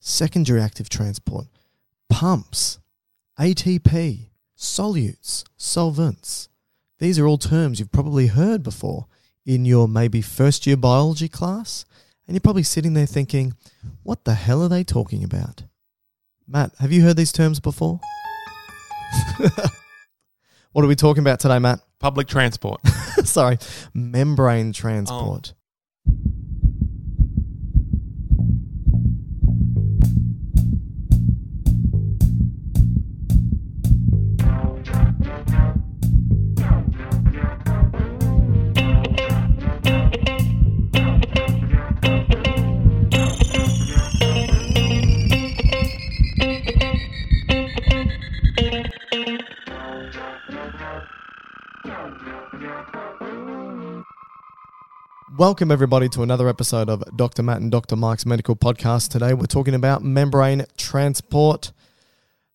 secondary active transport, pumps, ATP, solutes, solvents. These are all terms you've probably heard before in your maybe first year biology class, and you're probably sitting there thinking, what the hell are they talking about? Matt, have you heard these terms before? what are we talking about today, Matt? Public transport. Oh. Sorry, membrane transport. Welcome, everybody, to another episode of Dr. Matt and Dr. Mike's Medical Podcast. Today, we're talking about membrane transport.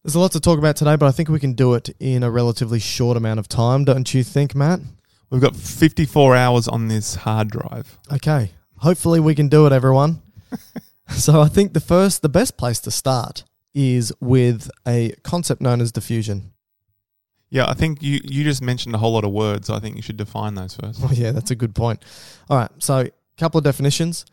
There's a lot to talk about today, but I think we can do it in a relatively short amount of time, don't you think, Matt? We've got 54 hours on this hard drive. Okay. Hopefully, we can do it, everyone. so, I think the first, the best place to start is with a concept known as diffusion. Yeah, I think you, you just mentioned a whole lot of words. I think you should define those first. Oh, yeah, that's a good point. All right, so a couple of definitions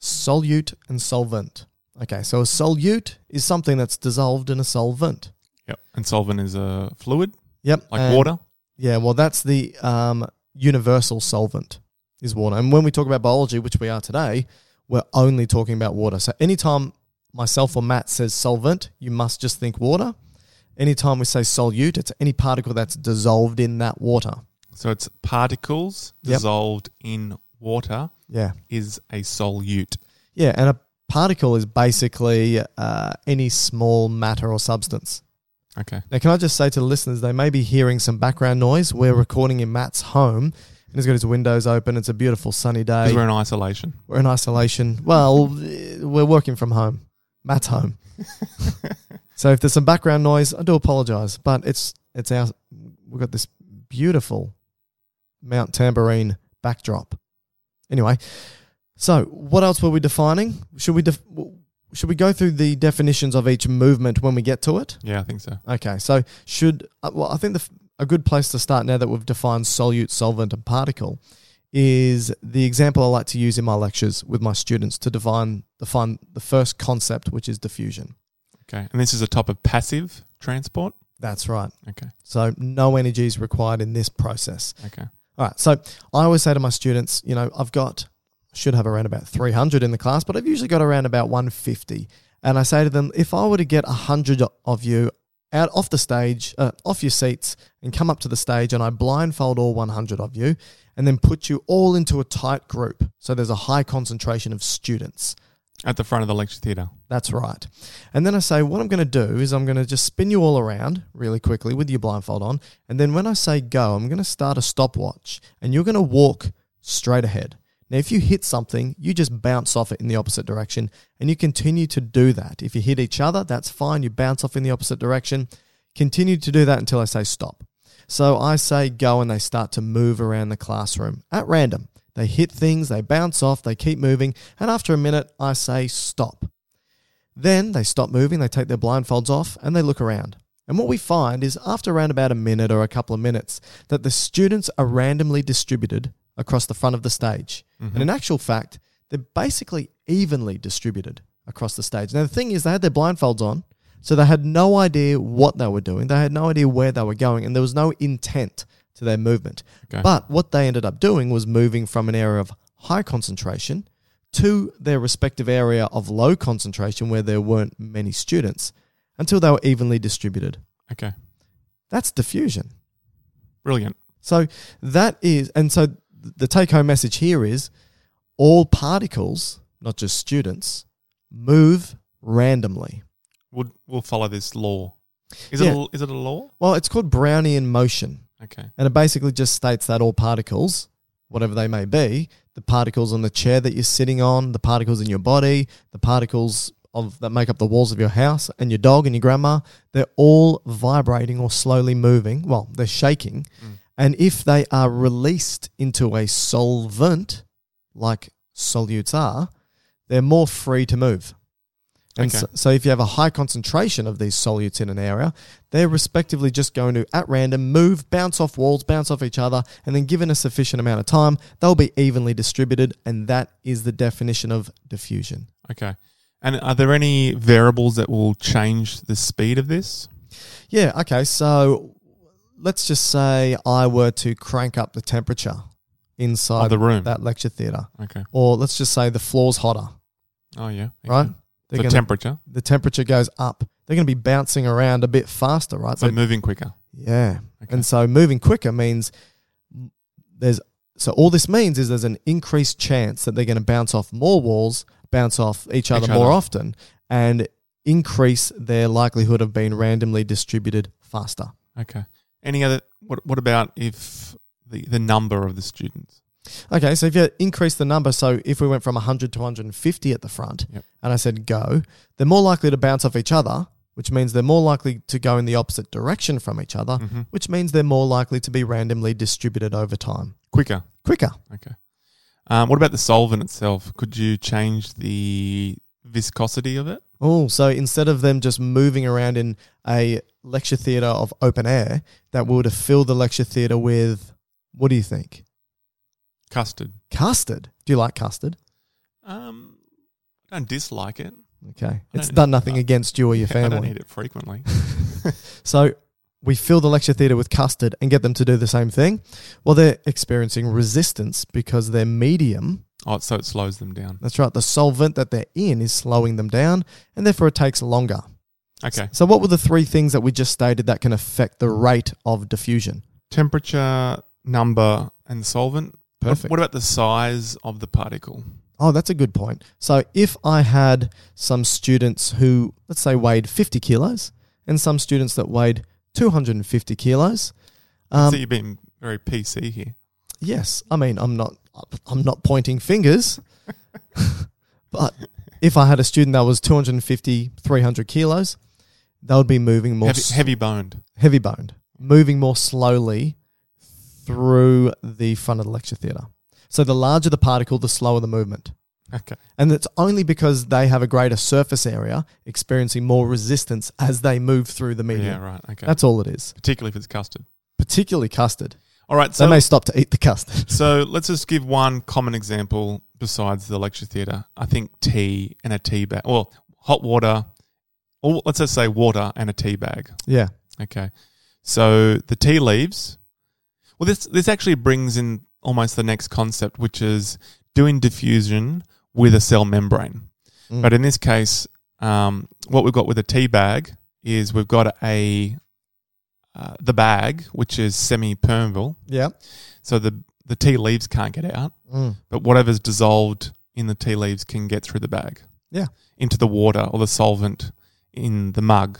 solute and solvent. Okay, so a solute is something that's dissolved in a solvent. Yep. And solvent is a fluid, Yep. like and- water. Yeah, well, that's the um, universal solvent is water. And when we talk about biology, which we are today, we're only talking about water. So anytime myself or Matt says solvent, you must just think water. Anytime we say solute, it's any particle that's dissolved in that water. So it's particles Yep. dissolved in water Yeah. is a solute. Yeah, and a particle is basically uh, any small matter or substance. Okay. Now, can I just say to the listeners, they may be hearing some background noise. We're recording in Matt's home, and he's got his windows open. It's a beautiful sunny day. Because we're in isolation. We're in isolation. Well, eh, we're working from home. Matt's home. so if there's some background noise, I do apologize, but it's it's our we've got this beautiful Mount Tambourine backdrop. Anyway, so what else were we defining? Should we def- w- should we go through the definitions of each movement when we get to it? Yeah, I think so. Okay, so should uh, well, I think the, f- a good place to start now that we've defined solute, solvent, and particle is the example I like to use in my lectures with my students to define define the first concept, which is diffusion. Okay. And this is a type of passive transport. That's right. Okay. So no energy is required in this process. Okay. All right. So I always say to my students, you know, I've got, should have around about 300 in the class, but I've usually got around about 150. And I say to them, if I were to get 100 of you out off the stage, uh, off your seats, and come up to the stage, and I blindfold all 100 of you, and then put you all into a tight group. So there's a high concentration of students. At the front of the lecture theatre. That's right. And then I say, what I'm going to do is I'm going to just spin you all around really quickly with your blindfold on. And then when I say go, I'm going to start a stopwatch and you're going to walk straight ahead. Now, if you hit something, you just bounce off it in the opposite direction and you continue to do that. If you hit each other, that's fine. You bounce off in the opposite direction. Continue to do that until I say stop. So I say go and they start to move around the classroom at random. They hit things, they bounce off, they keep moving, and after a minute, I say stop. Then they stop moving, they take their blindfolds off, and they look around. And what we find is after around about a minute or a couple of minutes, that the students are randomly distributed across the front of the stage. And in actual fact, they're basically evenly distributed across the stage. Now, the thing is, they had their blindfolds on, so they had no idea what they were doing. They had no idea where they were going, and there was no intent to their movement. Okay. But what they ended up doing was moving from an area of high concentration to their respective area of low concentration where there weren't many students until they were evenly distributed. Okay. That's diffusion. Brilliant. So that is, and so th- the take home message here is all particles, not just students, move randomly. We'll, we'll follow this law. Is, Yeah. it a, is it a law? Well, it's called Brownian motion. Okay. And it basically just states that all particles, whatever they may be, the particles on the chair that you're sitting on, the particles in your body, the particles of that make up the walls of your house and your dog and your grandma, they're all vibrating or slowly moving. Well, they're shaking. And if they are released into a solvent, like solutes are, they're more free to move. And Okay. so, so if you have a high concentration of these solutes in an area, they're respectively just going to, at random, move, bounce off walls, bounce off each other, and then given a sufficient amount of time, they'll be evenly distributed. And that is the definition of diffusion. Okay. And are there any variables that will change the speed of this? Yeah, okay. So let's just say I were to crank up the temperature inside Of the room. that lecture theatre. Okay. Or let's just say the floor's hotter, Oh, yeah. Okay. right? The They're gonna- temperature. the temperature goes up. They're going to be bouncing around a bit faster, right? So They- moving quicker. Yeah. Um, Okay. And so moving quicker means there's so all this means is there's an increased chance that they're going to bounce off more walls, bounce off each other Each more other. often and increase their likelihood of being randomly distributed faster. Okay. Any other? What What about if the the number of the students? Okay, so if you increase the number, so if we went from 100 to 150 at the front, Yep. and I said go, they're more likely to bounce off each other, which means they're more likely to go in the opposite direction from each other, Mm-hmm. which means they're more likely to be randomly distributed over time, Quicker. quicker. Okay. Um, what about the solvent itself? Could you change the viscosity of it? Oh, so instead of them just moving around in a lecture theatre of open air, that would have filled the lecture theatre with what do you think? Custard. Custard. Do you like custard? Um, I don't dislike it. Okay. I It's don't- done nothing I- against you or your Yeah, I don't family. eat it frequently. So we fill the lecture theatre with custard and get them to do the same thing. Well, they're experiencing resistance because their medium, oh, so it slows them down. that's right, the solvent that they're in is slowing them down and therefore it takes longer. Okay. So, what were the three things that we just stated that can affect the rate of diffusion? Temperature, number, and solvent. What- Perfect. What about the size of the particle? Oh, that's a good point. So, if I had some students who, let's say, weighed 50 kilos and some students that weighed 250 kilos, I um, so you've been very PC here. Yes, I mean I'm not I'm not pointing fingers, but if I had a student that was 250 300 kilos, they would be moving more Heavy, s- heavy boned. heavy boned, moving more slowly through the front of the lecture theatre. So the larger the particle, the slower the movement. Okay. And it's only because they have a greater surface area, experiencing more resistance as they move through the medium. Yeah. Right. Okay. That's all it is. particularly if it's custard. Particularly custard. All right. So they may stop to eat the custard. So let's just give one common example besides the lecture theatre. I think tea and a tea bag. Well, hot water, or let's just say water and a tea bag. yeah. Okay. So the tea leaves. Well, this this actually brings in almost the next concept, which is doing diffusion with a cell membrane. Mm. But in this case, um, what we've got with a tea bag is we've got a uh, the bag, which is semi-permeable, Yeah. so the the tea leaves can't get out, Mm. but whatever's dissolved in the tea leaves can get through the bag. Yeah. Into the water or the solvent in the mug,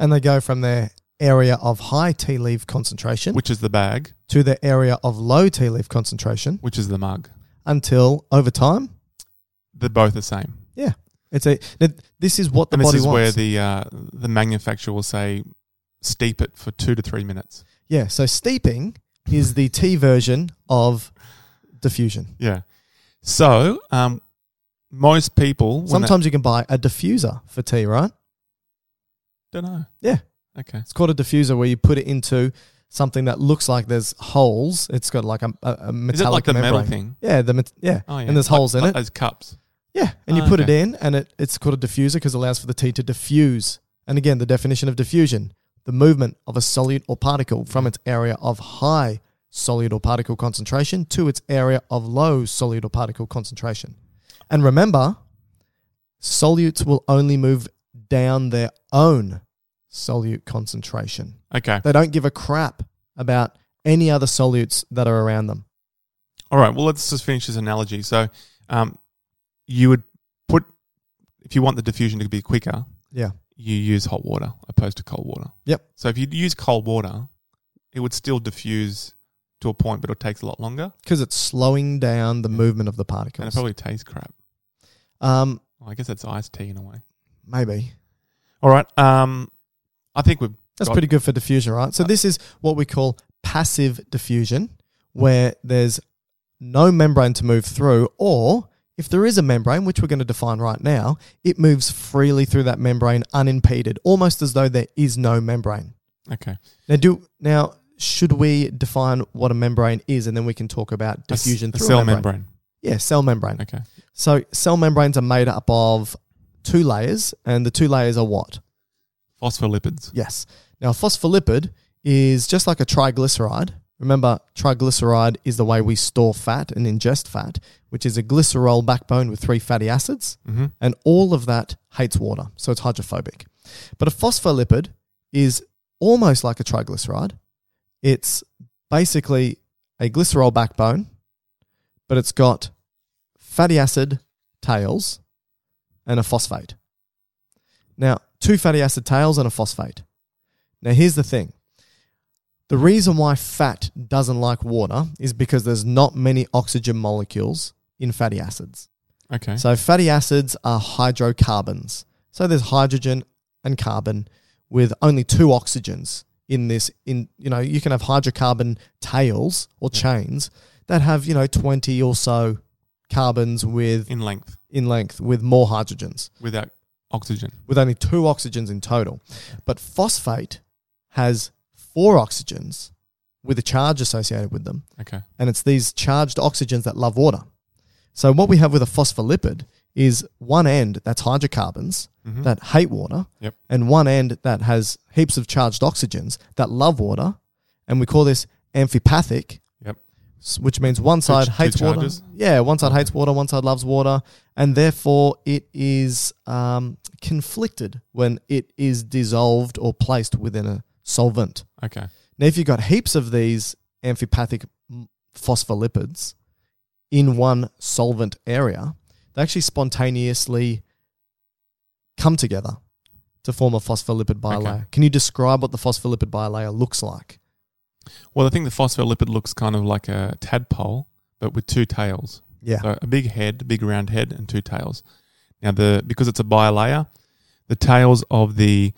and they go from their area of high tea leaf concentration which is the bag, to their area of low tea leaf concentration which is the mug. until over time, They're both the same. yeah, it's a. th- This is what the and this body is wants. where the uh, the manufacturer will say steep it for two to three minutes. Yeah, so steeping is the tea version of diffusion. Yeah. So, um, most people when Sometimes you can buy a diffuser for tea, right? they, don't know. Yeah. Okay. It's called a diffuser where you put it into something that looks like there's holes. It's got like a, a, a metallic Is it like the membrane. metal thing? Yeah, the met- yeah. Oh yeah. And there's Like- holes in like it. Those cups. Yeah, and you Ah, put okay. it in, and it, it's called a diffuser because it allows for the tea to diffuse. And again, the definition of diffusion the movement of a solute or particle from its area of high solute or particle concentration to its area of low solute or particle concentration. And remember, solutes will only move down their own solute concentration. Okay. They don't give a crap about any other solutes that are around them. All right. Well, let's just finish this analogy. So, um, you would put if you want the diffusion to be quicker, Yeah. you use hot water opposed to cold water. Yep. So if you use cold water, it would still diffuse to a point, but it takes a lot longer, Because it's slowing down the movement of the and it particles. probably tastes crap. um, Well, I guess that's iced tea in a way. maybe. All right. Um, I think we've That's got- pretty good for diffusion, right? Uh, So this is what we call passive diffusion, hmm. where there's no membrane to move through, or if there is a membrane, which we're going to define right now, it moves freely through that membrane unimpeded, almost as though there is no membrane. Okay. Now, do now should we define what a membrane is, and then we can talk about A s- diffusion a through a cell membrane. membrane. Yeah, cell membrane. Okay. So cell membranes are made up of two layers, and the two layers are what? Phospholipids. Yes. Now, a phospholipid is just like a triglyceride. Remember, triglyceride is the way we store fat and ingest fat, which is a glycerol backbone with three fatty acids. And all of that hates water, so it's hydrophobic. But a phospholipid is almost like a triglyceride. It's basically a glycerol backbone, but it's got fatty acid tails and a phosphate. Now, two fatty acid tails and a phosphate. Now, here's the thing the reason why fat doesn't like water is because there's not many oxygen molecules in fatty acids. Okay. So, fatty acids are hydrocarbons. So, there's hydrogen and carbon with only two oxygens in this in you know you can have hydrocarbon tails or chains that have you know 20 or so carbons with in length in length with more hydrogens without oxygen. with only two oxygens in total. But phosphate has four oxygens with a charge associated with them. Okay. And it's these charged oxygens that love water. So what we have with a phospholipid is one end that's hydrocarbons that hate water, Yep. and one end that has heaps of charged oxygens that love water. And we call this amphipathic, Yep. s- which means one side ch- two hates water. charges? Yeah, one side hates water, one side loves water, and therefore it is um, conflicted when it is dissolved or placed within a solvent. Okay. Now, if you've got heaps of these amphipathic m- phospholipids in one solvent area, they actually spontaneously come together to form a phospholipid bilayer. Okay. Can you describe what the phospholipid bilayer looks like? Well, I think the phospholipid looks kind of like a tadpole, but with two tails. Yeah. So a big head, big round head, and two tails. Now, the because it's a bilayer, the tails of the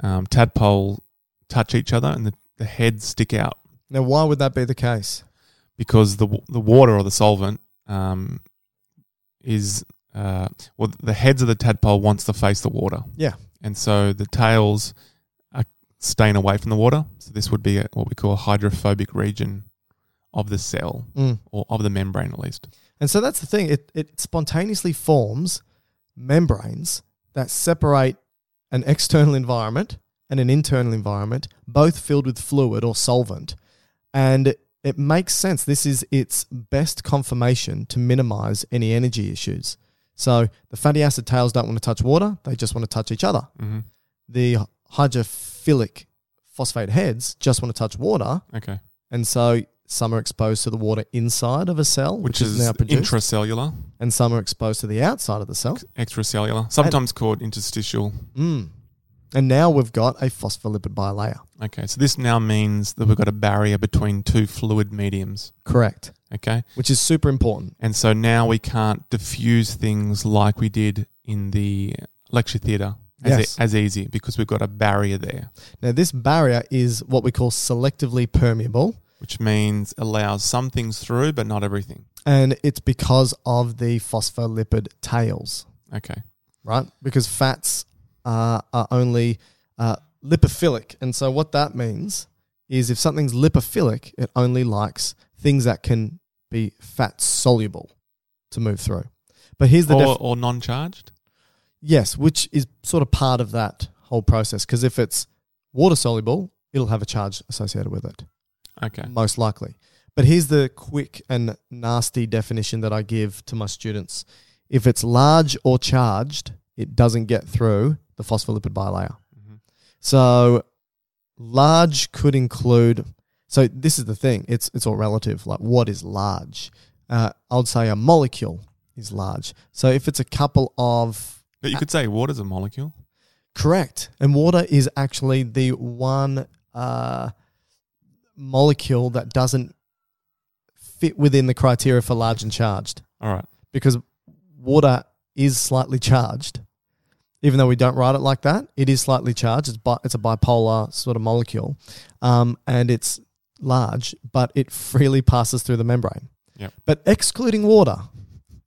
um, tadpole touch each other, and the, the heads stick out Now, why would that be the case? because the w- the water or the solvent um, is uh, well, the heads of the tadpole wants to face the water, Yeah. and so the tails are staying away from the water. So this would be a, what we call a hydrophobic region of the cell Mm. or of the membrane, at least. And so that's the thing. It, it spontaneously forms membranes that separate an external environment and an internal environment, both filled with fluid or solvent. And it makes sense. This is its best conformation to minimize any energy issues. So the fatty acid tails don't want to touch water, they just want to touch each other. Mm-hmm. The hydrophilic phosphate heads just want to touch water. Okay, And so some are exposed to the water inside of a cell, which, which, is, now produced Oh. intracellular, and some are exposed to the outside of the cell. extracellular, sometimes called interstitial. Mm. And now we've got a phospholipid bilayer. Okay, so this now means that we've got a barrier between two fluid mediums. Correct. Okay, Which is super important. And so now we can't diffuse things like we did in the lecture theatre as, Yes. e- as easy because we've got a barrier there, Now, this barrier is what we call selectively permeable, which means allows some things through but not everything. and it's because of the phospholipid tails, Okay. right? Because fats uh, are only uh, lipophilic. And so, what that means is if something's lipophilic, it only likes things that can be fat soluble to move through. But here's the Or, def- or non charged. Yes, which is sort of part of that whole process because if it's water soluble, it'll have a charge associated with it, Okay. most likely. But here's the quick and nasty definition that I give to my students if it's large or charged, it doesn't get through the phospholipid bilayer. So, large could include. So this is the thing. It's it's all relative. Like what is large? Uh, I'd say a molecule is large. So if it's a couple of But you could say water's a molecule. Correct. And water is actually the one uh, molecule that doesn't fit within the criteria for large and charged All right. because water is slightly charged. Even though we don't write it like that, it is slightly charged. It's, bi- it's a bipolar sort of molecule um, and it's large, but it freely passes through the membrane. Yep. But excluding water,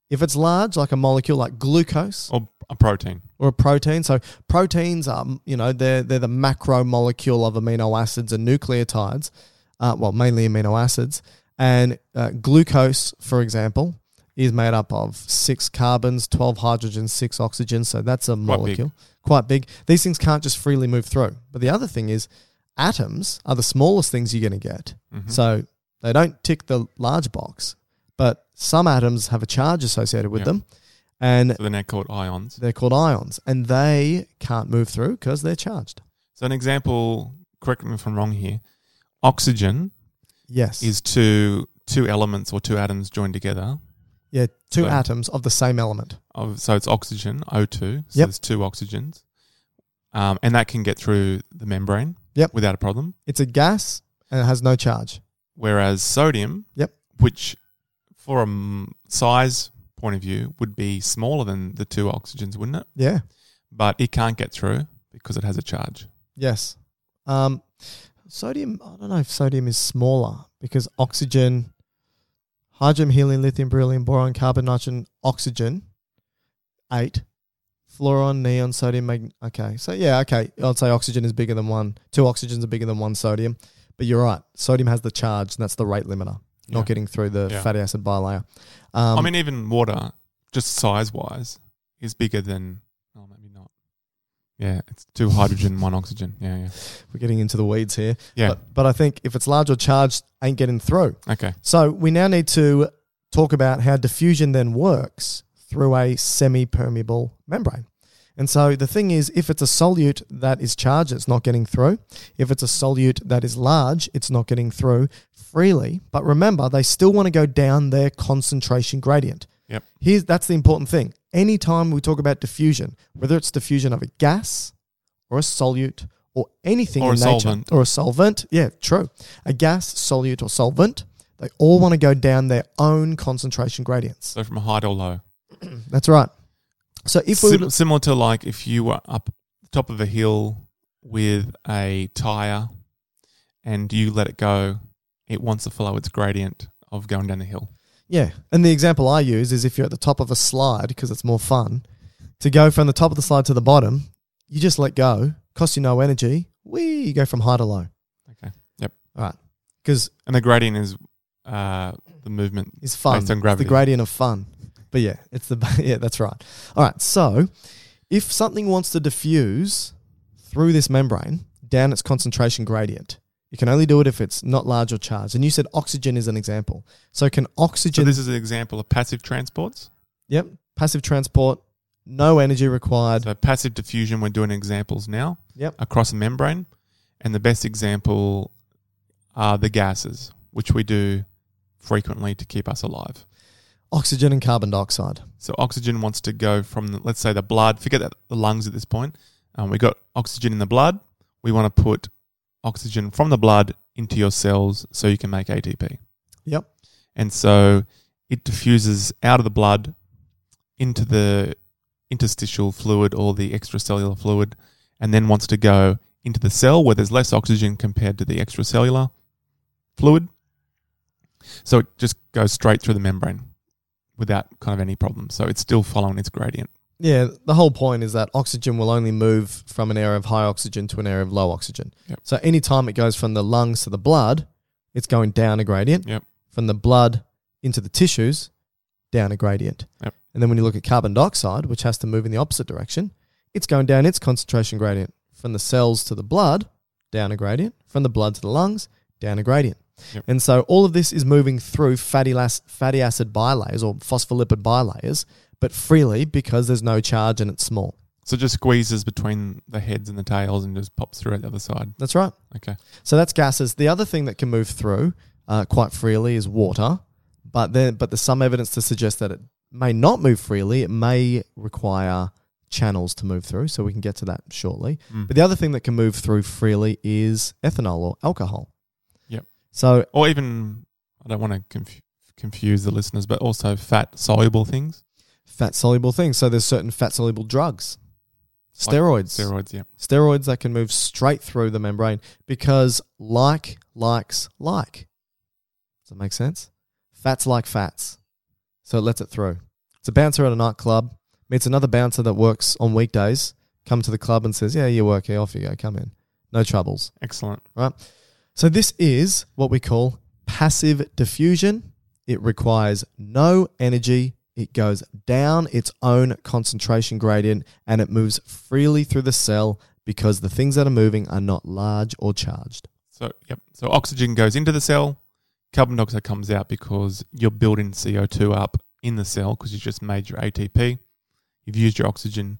if it's large, like a molecule like glucose, Or a protein. or a protein. So proteins are, you know, they're they're the macromolecule of amino acids and nucleotides, uh, well, mainly amino acids. And uh, glucose, for example, is made up of six carbons, twelve hydrogens, six oxygens. So that's a big. molecule, quite big. These things can't just freely move through. But the other thing is, atoms are the smallest things you're going to get. So they don't tick the large box, but some atoms have a charge associated with Yep. them. And So then they're called ions. they're called ions, and they can't move through because they're charged. So an example, correct me if I'm wrong here, oxygen Yes. is two two elements or two atoms joined together. yeah, two so- atoms of the same element. Of, so it's oxygen, O2. So Yep. there's two oxygens. Um, and that can get through the membrane Yep. without a problem. It's a gas and it has no charge. Whereas sodium, Yep. which for a m- size point of view would be smaller than the two oxygens, wouldn't it? Yeah. But it can't get through because it has a charge. Yes. Um, sodium, I don't know if sodium is smaller because oxygen, hydrogen, helium, lithium, beryllium, boron, carbon, nitrogen, oxygen, eight, fluorine, neon, sodium, mag- okay. So, yeah, okay. I'd say oxygen is bigger than one. Two oxygens are bigger than one sodium. But you're right. Sodium has the charge, and that's the rate limiter, Yeah. not getting through the Yeah. fatty acid bilayer. Um, I mean, even water, just size wise, is bigger than. Oh, maybe not. Yeah, it's two hydrogen, one oxygen. Yeah, yeah. we're getting into the weeds here. Yeah. But, but I think if it's large or charged, ain't getting through. Okay. So we now need to talk about how diffusion then works through a semi-permeable membrane. And so the thing is, if it's a solute that is charged, it's not getting through. If it's a solute that is large, it's not getting through freely. But remember, they still want to go down their concentration gradient. Yep. Here's that's the important thing. Anytime we talk about diffusion, whether it's diffusion of a gas or a solute or anything Or in a nature solvent. or a solvent, yeah, true. A gas, solute, or solvent, they all want to go down their own concentration gradients. So from high to low. That's right. So if we Sim- were to- similar to like if you were up the top of a hill with a tire and you let it go, it wants to follow its gradient of going down the hill. yeah, and the example I use is if you're at the top of a slide because it's more fun to go from the top of the slide to the bottom, you just let go, cost you no energy. We you go from high to low. Okay. Yep. All right, because And the gradient is uh, the movement is fun. based on It's gravity. the gradient of fun. But yeah, it's the yeah, that's right. All right, so if something wants to diffuse through this membrane down its concentration gradient, you can only do it if it's not large or charged. And you said oxygen is an example. So can so oxygen this is an example of passive transports. Yep, passive transport, no energy required. So passive diffusion, we're doing examples now. Yep. across a membrane. And the best example are the gases, which we do frequently to keep us alive. Oxygen and carbon dioxide. So oxygen wants to go from, the, let's say, the blood. Forget that the lungs at this point. Um, we got oxygen in the blood. We want to put oxygen from the blood into your cells so you can make ATP. Yep. And so it diffuses out of the blood into the interstitial fluid or the extracellular fluid, and then wants to go into the cell where there's less oxygen compared to the extracellular fluid. So it just goes straight through the membrane without kind of any problem. So it's still following its gradient. Yeah, the whole point is that oxygen will only move from an area of high oxygen to an area of low oxygen. Yep. So anytime it goes from the lungs to the blood, it's going down a gradient. Yep. From the blood into the tissues, down a gradient. Yep. And then when you look at carbon dioxide, which has to move in the opposite direction, it's going down its concentration gradient. From the cells to the blood, down a gradient. From the blood to the lungs, down a gradient. Yep. And so all of this is moving through fatty, las- fatty acid bilayers or phospholipid bilayers, but freely because there's no charge and it's small. So it just squeezes between the heads and the tails and just pops through at the other side. That's right. Okay. So that's gases. The other thing that can move through uh, quite freely is water, but then but there's some evidence to suggest that it may not move freely. It may require channels to move through, so we can get to that shortly. But the other thing that can move through freely is ethanol or alcohol. Yep. So Or even, I don't want to conf- confuse the listeners, but also fat soluble things. fat soluble things. So there's certain fat soluble drugs, steroids. Steroids, yeah. steroids that can move straight through the membrane because like likes like. Does that make sense? Fats like fats. So it lets it through. It's a bouncer at a nightclub, meets another bouncer that works on weekdays, come to the club and says, Yeah, you work here, off you go, come in. No troubles. Excellent. Right? So this is what we call passive diffusion. It requires no energy. It goes down its own concentration gradient and it moves freely through the cell because the things that are moving are not large or charged. So, yep. So oxygen goes into the cell, carbon dioxide comes out because you're building CO2 up in the cell because you just made your ATP. You've used your oxygen,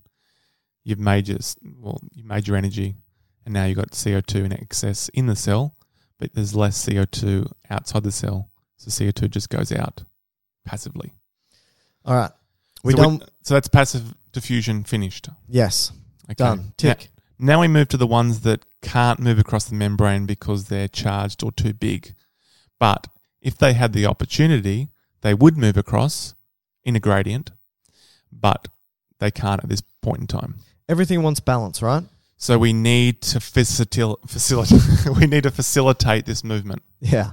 you've made your, s- well, you made your energy, and now you've got CO2 in excess in the cell, but there's less CO2 outside the cell. So CO2 just goes out passively. All right. We so done. so that's passive diffusion finished. yes. Okay. Done. Tick. Now, now we move to the ones that can't move across the membrane because they're charged or too big. But if they had the opportunity, they would move across in a gradient, but they can't at this point in time. Everything wants balance, right? So we need to facil- facilitate. we need to facilitate this movement. Yeah.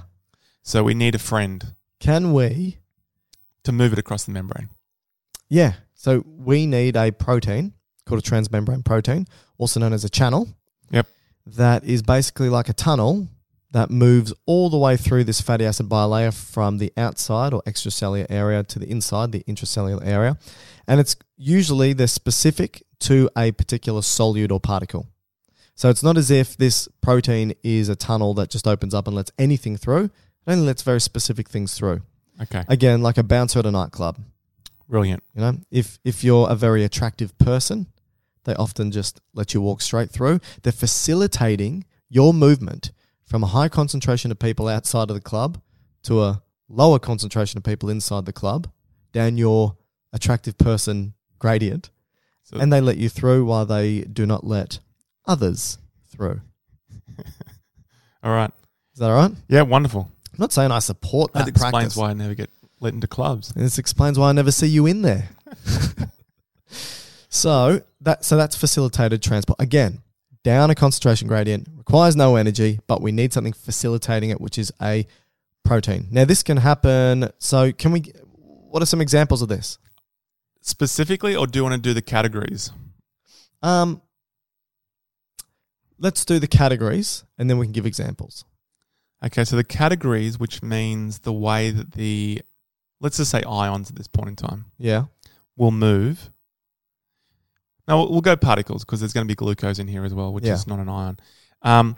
So we need a friend Can we? to move it across the membrane. Yeah. So we need a protein called a transmembrane protein, also known as a channel. Yep. that is basically like a tunnel that moves all the way through this fatty acid bilayer from the outside or extracellular area to the inside, the intracellular area. And it's usually they're specific to a particular solute or particle. So it's not as if this protein is a tunnel that just opens up and lets anything through. It only lets very specific things through. Okay. Again, like a bouncer at a nightclub. Brilliant. You know, if if you're a very attractive person, they often just let you walk straight through. They're facilitating your movement from a high concentration of people outside of the club to a lower concentration of people inside the club down your attractive person gradient, So and they let you through while they do not let others through. all right. Is that all right? Yeah, wonderful. I'm not saying I support that, That explains practice. why I never get let into clubs. And this explains why I never see you in there. so that so that's facilitated transport. Again, down a concentration gradient, requires no energy, but we need something facilitating it, which is a protein. Now this can happen. So can we what are some examples of this? Specifically, or do you want to do the categories? Um let's do the categories and then we can give examples. Okay, so the categories, which means the way that the, let's just say ions at this point in time, Yeah. will move. Now we'll- we'll go particles because there's going to be glucose in here as well, which Yeah. is not an ion. Um,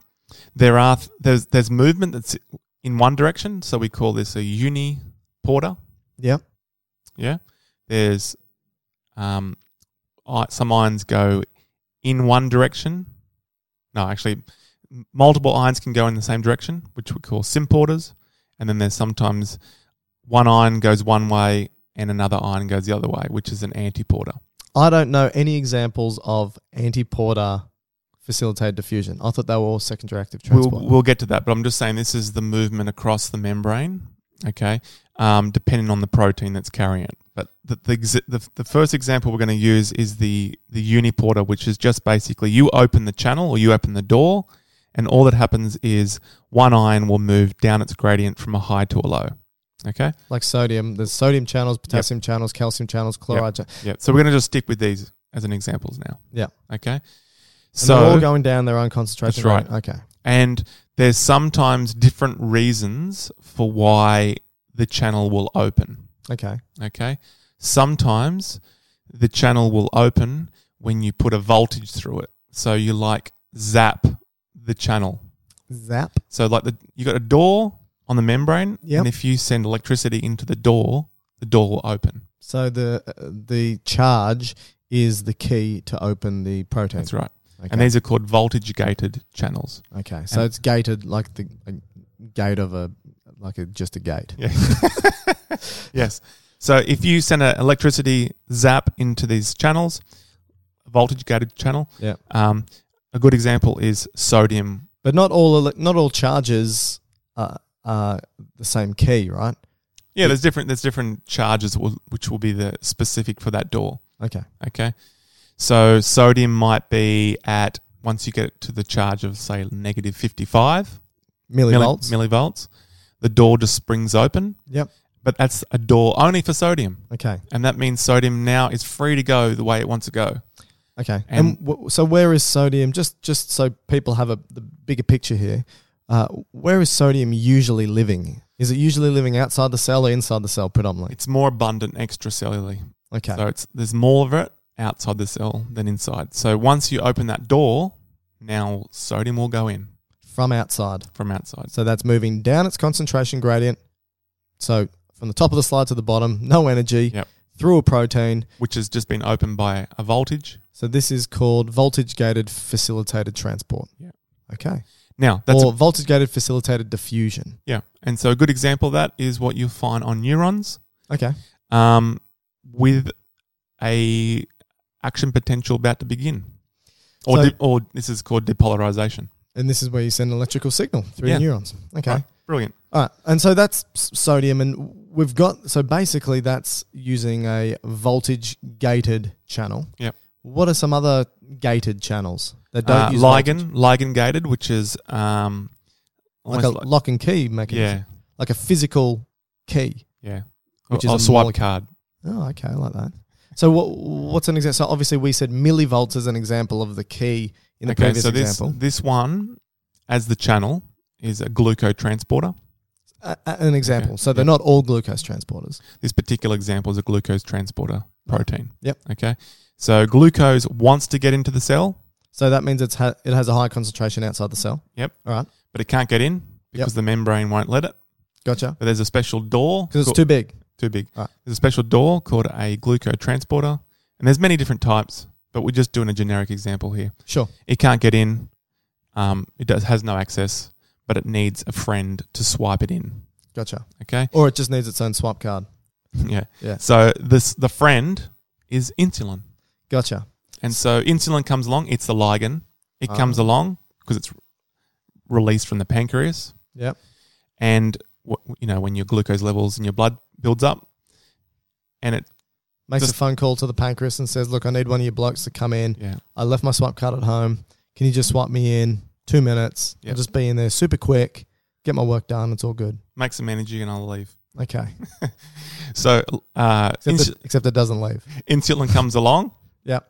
there are th- there's there's movement that's in one direction, so we call this a uniporter. Yeah. Yeah, there's um, I, some ions go in one direction. No, actually, m- multiple ions can go in the same direction, which we call symporters. And then there's sometimes one ion goes one way and another ion goes the other way, which is an antiporter. I don't know any examples of anti-porter facilitated diffusion. I thought they were all secondary active We'll, transport. we'll get to that, but I'm just saying this is the movement across the membrane, okay, um, depending on the protein that's carrying it. But the, the, ex- the, the first example we're going to use is the, the uniporter, which is just basically you open the channel or you open the door, and all that happens is one ion will move down its gradient from a high to a low. Okay? Like sodium, there's sodium channels, potassium channels, calcium channels, chloride. cha- Yeah. So we're going to just stick with these as an examples now. Yeah. Okay? And they're all going down their own concentration. That's rate. Okay. And there's sometimes different reasons for why the channel will open. Okay. Okay. Sometimes the channel will open when you put a voltage through it. So you like zap the channel. Zap. So like the you got a door on the membrane, Yep. and if you send electricity into the door, the door will open. So the uh, the charge is the key to open the protein. That's right. Okay. And these are called voltage gated channels. okay. So it's gated like the a gate of a like a just a gate. Yeah. yes. So if you send an electricity zap into these channels, voltage gated channel, Yeah. um, a good example is sodium. But not all ele- not all charges are, are the same key, right? Yeah, there's different there's different charges that will- which will be the specific for that door. Okay. Okay. So sodium might be at once you get to the charge of say negative 55 milli- Millivolts. millivolts, the door just springs open. yep. But that's a door only for sodium. Okay. And that means sodium now is free to go the way it wants to go. Okay. And, And- w- so where is sodium? Just just so people have a the bigger picture here. Uh, where is sodium usually living? Is it usually living outside the cell or inside the cell predominantly? It's more abundant extracellularly. Okay. So it's there's more of it outside the cell than inside. So once you open that door, now sodium will go in From outside. from outside. So that's moving down its concentration gradient. So from the top of the slide to the bottom, no energy, Yep. through a protein. Which has just been opened by a voltage. So this is called voltage gated facilitated transport. Yep. Okay. Now that's or a, voltage gated facilitated diffusion. yeah. And so a good example of that is what you'll find on neurons. Okay. Um, with a action potential about to begin. Or So- de- or this is called depolarization. And this is where you send an electrical signal through Yeah. neurons. Okay. Right? Brilliant. All right. And so that's s- sodium. And we've got, so basically that's using a voltage gated channel. Yep. What are some other gated channels that don't Uh, use voltage? ligand, ligand gated, which is um, Like a almost lock and key mechanism. yeah, like a physical key. yeah, Which which is is a a swipe molecule. card. Oh, okay, I like that. So what, what's an example? So obviously we said millivolts as an example of the key in the okay, previous so this example. this one as the channel is a glucotransporter. A- a- an example. Okay, So they're yeah. not all glucose transporters. This particular example is a glucose transporter protein. Yep. Okay, so glucose wants to get into the cell. So that means it's ha- it has a high concentration outside the cell. Yep, All right, but it can't get in because the membrane won't let it. gotcha. But there's a special door Because called- it's too big. too big. Right. There's a special door called a glucotransporter, and there's many different types, but we're just doing a generic example here. Sure. It can't get in. Um, it does has no access, but it needs a friend to swipe it in. Gotcha. Okay. Or it just needs its own swap card. yeah. Yeah. So this the friend is insulin, Gotcha. and so insulin comes along. It's the ligand. It comes Ah. along because it's released from the pancreas, Yep. and what, you know when your glucose levels in your blood builds up, and it Makes a Just- phone call to the pancreas and says, "Look, I need one of your blokes to come in. yeah I left my swap card at home. Can you just swap me in? Two minutes. I'll Yep. just be in there super quick. Get my work done. It's all good. makes some energy, and I'll leave. Okay. So uh, Except, insu- it, except it doesn't leave. insulin comes along, Yep.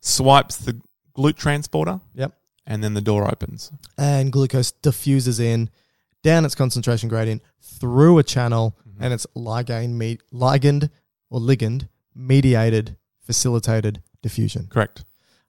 swipes the glute transporter, Yep. and then the door opens. And glucose diffuses in down its concentration gradient through a channel Mm-hmm. and it's ligand, me- ligand or ligand mediated facilitated diffusion. Correct.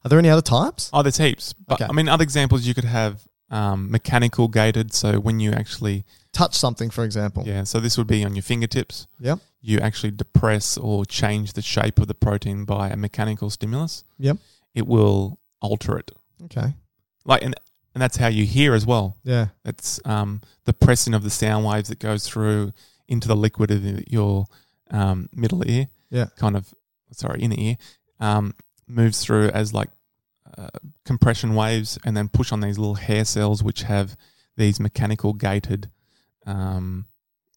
Are there any other types? Oh, there's heaps. But Okay. I mean, other examples you could have um, mechanical gated. So when you actually, Touch something, for example. yeah, so this would be on your fingertips. Yep. You actually depress or change the shape of the protein by a mechanical stimulus. Yep. It will alter it. Okay. Like, and, and that's how you hear as well. Yeah. It's um, the pressing of the sound waves that goes through into the liquid of the- your um, middle ear. Yeah. kind of sorry inner ear um, moves through as like uh, compression waves and then push on these little hair cells which have these mechanical gated um,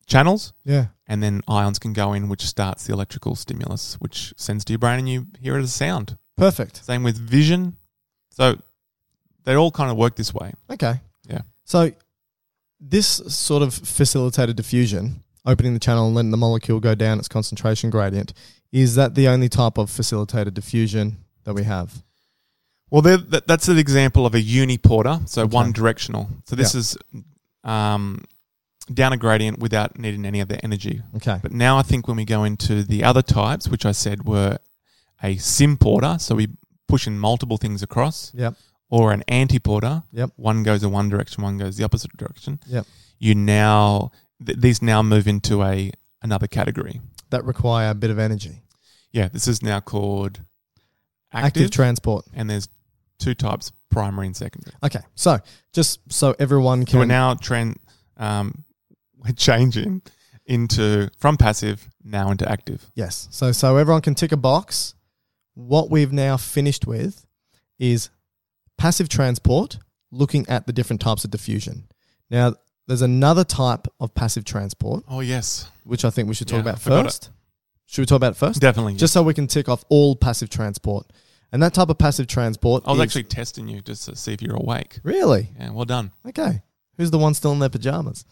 channels, Yeah. and then ions can go in, which starts the electrical stimulus, which sends to your brain, and you hear it as a sound. Perfect. Same with vision. So they all kind of work this way. Okay. Yeah. So this sort of facilitated diffusion, opening the channel and letting the molecule go down its concentration gradient, is that the only type of facilitated diffusion that we have? Well, there- that, that's an example of a uniporter, so one directional. So this Yeah. is um, down a gradient without needing any of the energy. Okay. But now I think when we go into the other types, which I said were a symporter, so we pushing multiple things across, Yep. or an antiporter, Yep. one goes in one direction, one goes the opposite direction. Yep. You now th- these now move into a another category. That require a bit of energy. Yeah, this is now called Active, active, transport. and there's two types: primary and secondary. Okay. So just so everyone can So we're now trend um, we're changing into from passive now into active. Yes. So so everyone can tick a box. What we've now finished with is passive transport, looking at the different types of diffusion. Now there's another type of passive transport, Oh yes, which I think we should talk Yeah, I about forgot it. first. Should we talk about it first? definitely. Just so we can tick off all passive transport. And that type of passive transport I was is- actually testing you just to see if you're awake. Really? Yeah, well done. Okay. Who's the one still in their pajamas?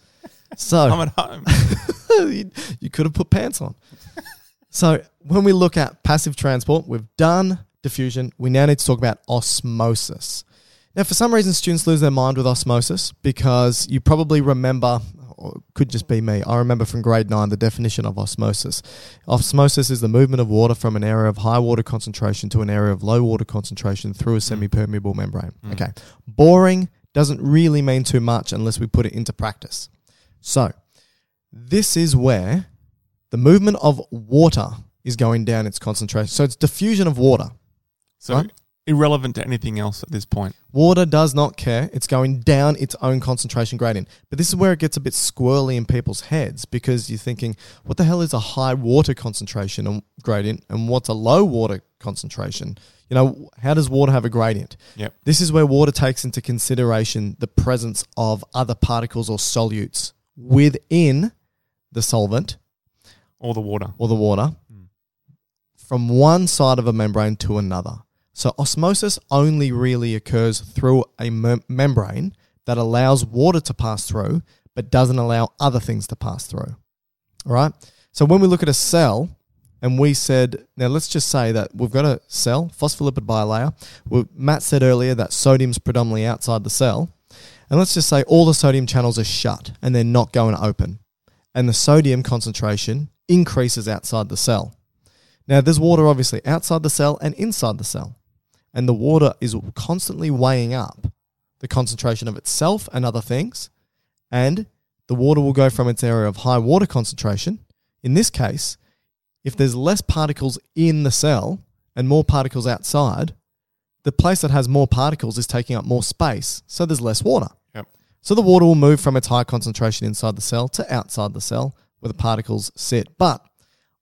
So I'm at home. you, you could have put pants on. so when we look at passive transport, we've done diffusion. We now need to talk about osmosis. Now, for some reason, students lose their mind with osmosis because you probably remember, or it could just be me, I remember from grade nine the definition of osmosis. Osmosis is the movement of water from an area of high water concentration to an area of low water concentration through a semi permeable membrane. Okay. Boring doesn't really mean too much unless we put it into practice. So, this is where the movement of water is going down its concentration. So it's diffusion of water. So Right. irrelevant to anything else at this point. Water does not care. It's going down its own concentration gradient. But this is where it gets a bit squirrely in people's heads because you're thinking, what the hell is a high water concentration and gradient and what's a low water concentration? You know, how does water have a gradient? Yep. This is where water takes into consideration the presence of other particles or solutes within the solvent All the water. or the water from one side of a membrane to another. So osmosis only really occurs through a mem- membrane that allows water to pass through but doesn't allow other things to pass through. All right? So when we look at a cell and we said now let's just say that we've got a cell phospholipid bilayer. We, Matt said earlier that sodium's predominantly outside the cell. And let's just say all the sodium channels are shut and they're not going open and the sodium concentration increases outside the cell. Now, there's water obviously outside the cell and inside the cell, and the water is constantly weighing up the concentration of itself and other things, and the water will go from its area of high water concentration. In this case, if there's less particles in the cell and more particles outside, the place that has more particles is taking up more space, so there's less water. Yep. So the water will move from its high concentration inside the cell to outside the cell where the particles sit. But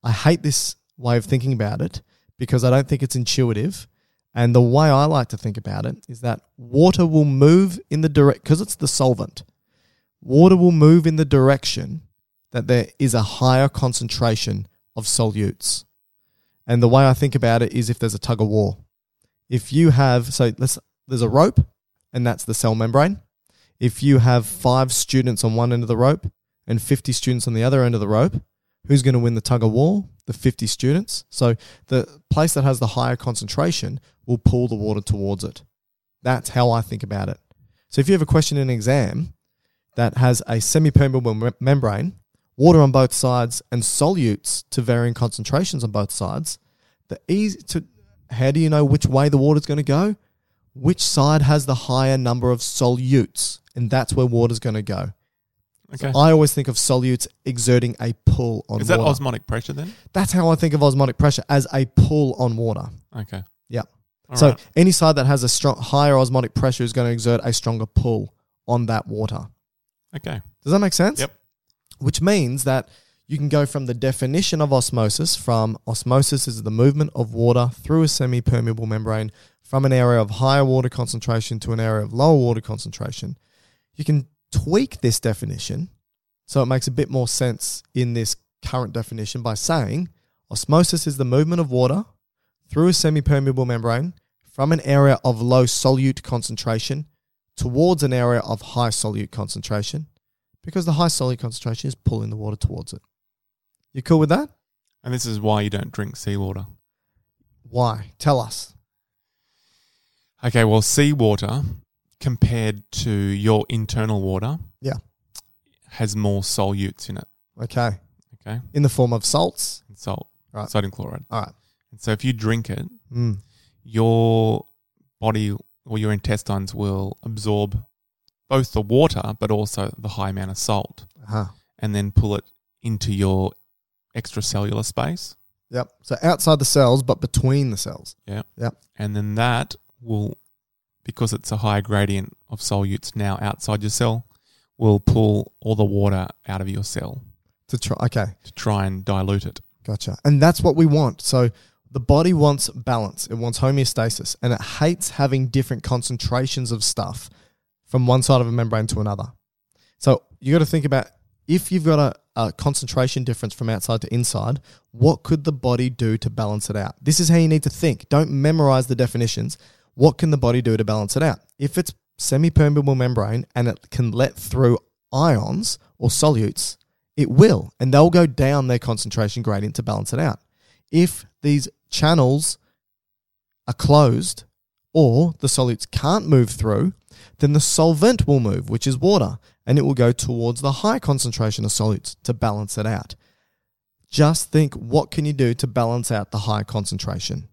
I hate this way of thinking about it because I don't think it's intuitive. And the way I like to think about it is that water will move in the direct because it's the solvent. Water will move in the direction that there is a higher concentration of solutes. And the way I think about it is if there's a tug of war. If you have so let's there's a rope and that's the cell membrane if you have five students on one end of the rope and 50 students on the other end of the rope, who's going to win the tug of war? The 50 students. So the place that has the higher concentration will pull the water towards it. That's how I think about it. So if you have a question in an exam that has a semi permeable mem- membrane, water on both sides, and solutes to varying concentrations on both sides, the easy to how do you know which way the water's going to go? which side has the higher number of solutes, and that's where water's going to go. Okay. I always think of solutes exerting a pull on Is that water. osmotic pressure then? that's how I think of osmotic pressure as a pull on water. Okay. Yeah. All so right. any side that has a strong, higher osmotic pressure is going to exert a stronger pull on that water. Okay. Does that make sense? Yep. Which means that you can go from the definition of osmosis from osmosis is the movement of water through a semi permeable membrane from an area of higher water concentration to an area of lower water concentration. You can tweak this definition So it makes a bit more sense in this current definition by saying osmosis is the movement of water through a semi permeable membrane from an area of low solute concentration towards an area of high solute concentration because the high solute concentration is pulling the water towards it. You cool with that? And this is why you don't drink seawater. Why? Tell us. Okay, well, seawater compared to your internal water Yeah. has more solutes in it, Okay. okay, In the form of salts. and salt, Right. sodium chloride. All right. And so if you drink it, Mm. your body or your intestines will absorb both the water but also the high amount of salt Uh-huh. and then pull it into your extracellular space. Yep. So outside the cells, but between the cells. Yeah. Yep. And then that will, because it's a high gradient of solutes now outside your cell, will pull all the water out of your cell To try. Okay. to try and dilute it. Gotcha. And that's what we want. So the body wants balance, it wants homeostasis, and it hates having different concentrations of stuff from one side of a membrane to another. So you got to think about if you've got a, a concentration difference from outside to inside, what could the body do to balance it out? This is how you need to think. Don't memorize the definitions. What can the body do to balance it out? If it's semi permeable membrane and it can let through ions or solutes, it will, and they'll go down their concentration gradient to balance it out. If these channels are closed or the solutes can't move through, then the solvent will move, which is water, and it will go towards the high concentration of solutes to balance it out. Just think what can you do to balance out the high concentration?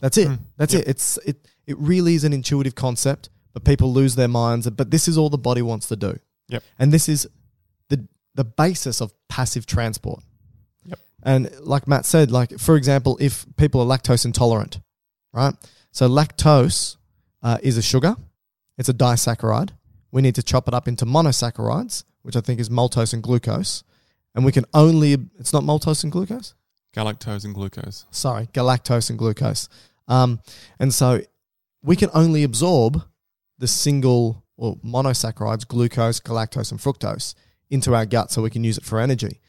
That's it. Hmm. That's it. It's it it really is an intuitive concept, but people lose their minds, but this is all the body wants to do. Yep. And this is the the basis of passive transport. Yep. And like Matt said, like for example, if people are lactose intolerant, right? So lactose uh, is a sugar. It's a disaccharide. We need to chop it up into monosaccharides, which I think is maltose and glucose. And we can only it's not maltose and glucose Galactose and glucose. sorry, galactose and glucose. Um, and so we can only absorb the single or monosaccharides, glucose, galactose, and fructose into our gut so we can use it for energy.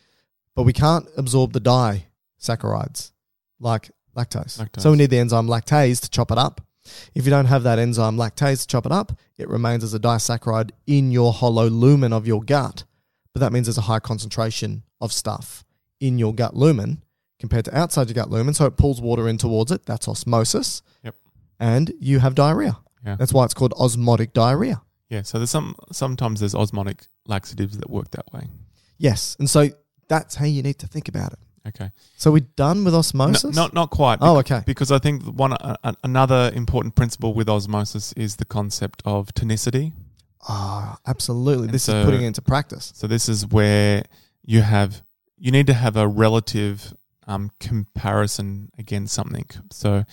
But we can't absorb the disaccharides like lactose. Lactose. So we need the enzyme lactase to chop it up. If you don't have that enzyme lactase to chop it up, it remains as a disaccharide in your hollow lumen of your gut. But that means there's a high concentration of stuff in your gut lumen compared to outside your gut lumen. So it pulls water in towards it. That's osmosis. Yep. And you have diarrhea. Yeah. That's why it's called osmotic diarrhea. Yeah. So there's some sometimes there's osmotic laxatives that work that way. Yes. And so that's how you need to think about it. Okay. So we're done with No, osmosis? not not quite. Oh, bec- okay. Because I think one a- a- another important principle with osmosis is the concept of tonicity. Ah, absolutely. And This so- is putting it into practice. So this is where you have you need to have a relative um, comparison against something. So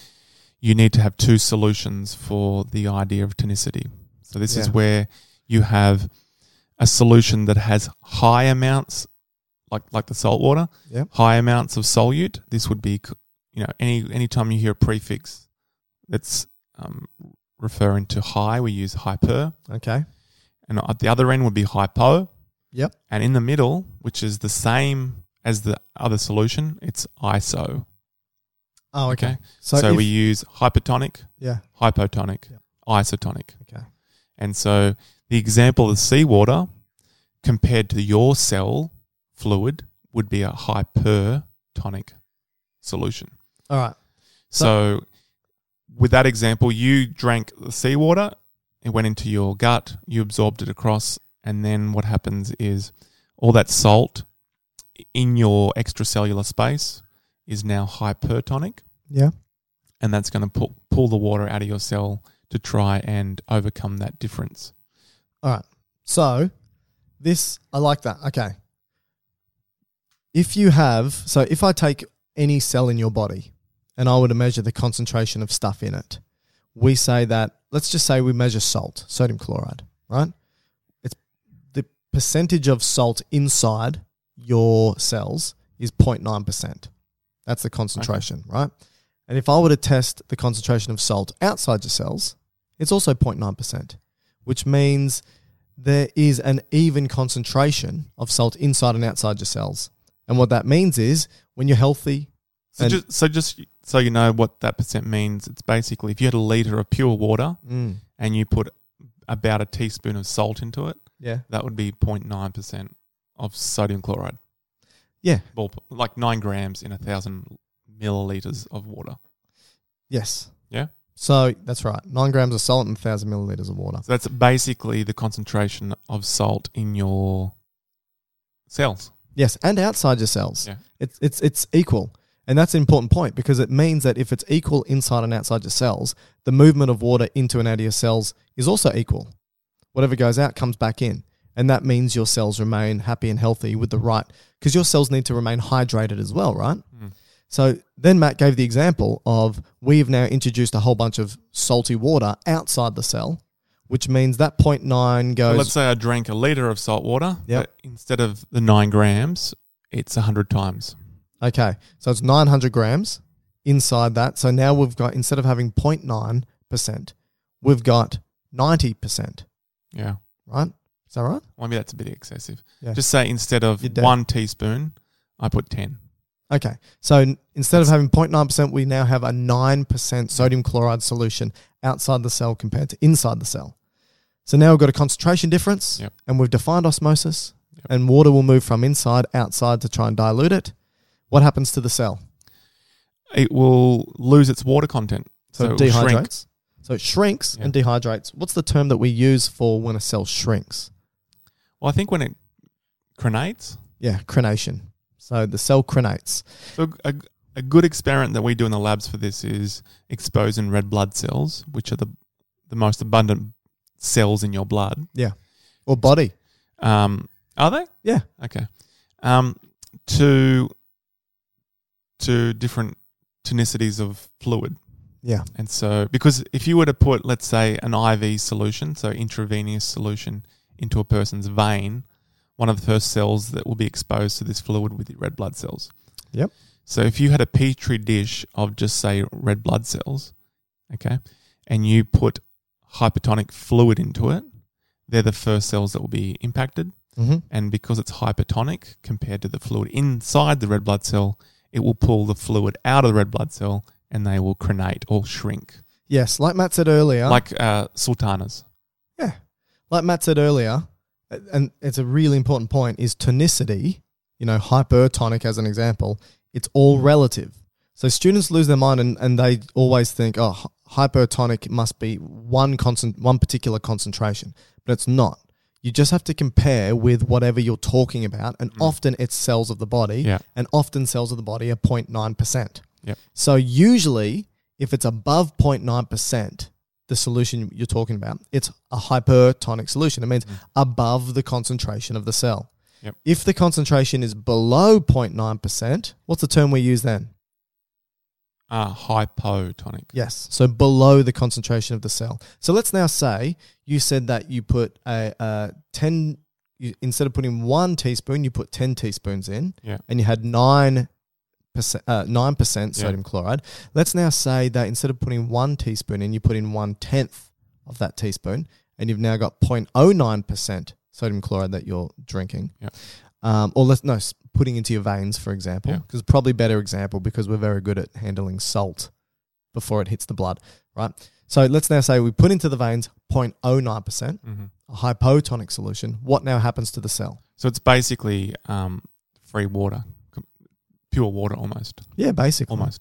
you need to have two solutions for the idea of tonicity. So this is Yeah. where you have a solution that has high amounts, like like the salt water, Yep. high amounts of solute. This would be, c- you know, any any time you hear a prefix that's um, referring to high, we use hyper, Okay. and at the other end would be hypo. Yep. And in the middle, which is the same as the other solution, it's ISO. Oh, okay. So, So, if- we use hypertonic, Yeah. hypotonic, Yeah. isotonic. Okay. And so the example of seawater compared to your cell fluid would be a hypertonic solution. All right. So, with that example, you drank the seawater, it went into your gut, you absorbed it across, and then what happens is all that salt in your extracellular space is now hypertonic, Yeah. and that's going to pull, pull the water out of your cell to try and overcome that difference. All right. So this I like that. Okay. If you have so if I take any cell in your body and I were to measure the concentration of stuff in it, we say that let's just say we measure salt, sodium chloride, right? It's the percentage of salt inside your cells is 0.9%. That's the concentration, right? And if I were to test the concentration of salt outside your cells, it's also 0.9%, which means there is an even concentration of salt inside and outside your cells. And what that means is when you're healthy, So And- just, so just so you know what that percent means, it's basically if you had a liter of pure water mm, and you put about a teaspoon of salt into it, yeah, that would be 0.9 percent of sodium chloride, yeah, Ball- like nine grams in a thousand milliliters of water. yes. Yeah, So that's right. Nine grams of salt and 1,000 milliliters of water. so that's basically the concentration of salt in your cells. Yes, and outside your cells. Yeah. It's, it's, it's equal. And that's an important point because it means that if it's equal inside and outside your cells, the movement of water into and out of your cells is also equal. Whatever goes out comes back in. And that means your cells remain happy and healthy with the right, because your cells need to remain hydrated as well, right? Hmm. So then Matt gave the example of we've now introduced a whole bunch of salty water outside the cell, which means that 0.9 So goes. let's say I drank a liter of salt water. Yep. but Instead of the nine grams, it's hundred times. Okay, so it's 900 grams inside that. So now we've got, instead of having 0.9%, we've got 90%, Yeah. right? Is that right? Well, maybe that's a bit excessive. Yeah. Just say instead of You're dead. one teaspoon, I put 10. Okay, so n- instead of having 0.9%, we now have a 9% sodium chloride solution outside the cell compared to inside the cell. So now we've got a concentration difference, Yep. and we've defined osmosis, and water will move from inside outside to try and dilute it. What happens to the cell? It will lose its water content. So, it it will dehydrates. shrink. So it shrinks Yeah. and dehydrates. What's the term that we use for when a cell shrinks? Well, I think when it crenates, Yeah, crenation. So the cell crenates. so a, a good experiment that we do in the labs for this is exposing red blood cells, which are the, the most abundant cells in your blood. Yeah. Or body. Um, are they? Yeah. Okay. Um, to, to different tonicities of fluid. Yeah. And so, because if you were to put, let's say, an IV solution, so intravenous solution, into a person's vein, one of the first cells that will be exposed to this fluid with your red blood cells. Yep. So, if you had a petri dish of just say red blood cells, okay, and you put hypertonic fluid into it, they're the first cells that will be impacted. Mm-hmm. And because it's hypertonic compared to the fluid inside the red blood cell, it will pull the fluid out of the red blood cell and they will crenate or shrink. Yes, like Matt said earlier. Like uh, sultanas. yeah, like Matt said earlier, a- and it's a really important point is tonicity. You know, hypertonic as an example. It's all relative. So students lose their mind and, and they always think, oh, hy- hypertonic must be one constant, one particular concentration, but it's not. You just have to compare with whatever you're talking about, and often it's cells of the body, Mm. Yeah. and often cells of the body are 0.9 percent. Yep. So usually, if it's above 0.9%, the solution you're talking about, it's a hypertonic solution. It means above the concentration of the cell. Yep. If the concentration is below 0.9%, what's the term we use then? Uh, hypotonic. Yes. So below the concentration of the cell. So let's now say you said that you put a, a 10, you, instead of putting one teaspoon, you put 10 teaspoons in Yeah. and you had nine percent, uh, 9% Yeah. sodium chloride. Let's now say that instead of putting one teaspoon in, you put in one tenth of that teaspoon and you've now got 0.09% sodium chloride that you're drinking. Yeah. Um, or let's, no, s- putting into your veins, for example, Yeah. because probably better example because we're very good at handling salt before it hits the blood, right? So let's now say we put into the veins 0.09%, Mhm. a hypotonic solution. What now happens to the cell? So it's basically um, free water, com- pure water almost. Yeah, basically. Almost.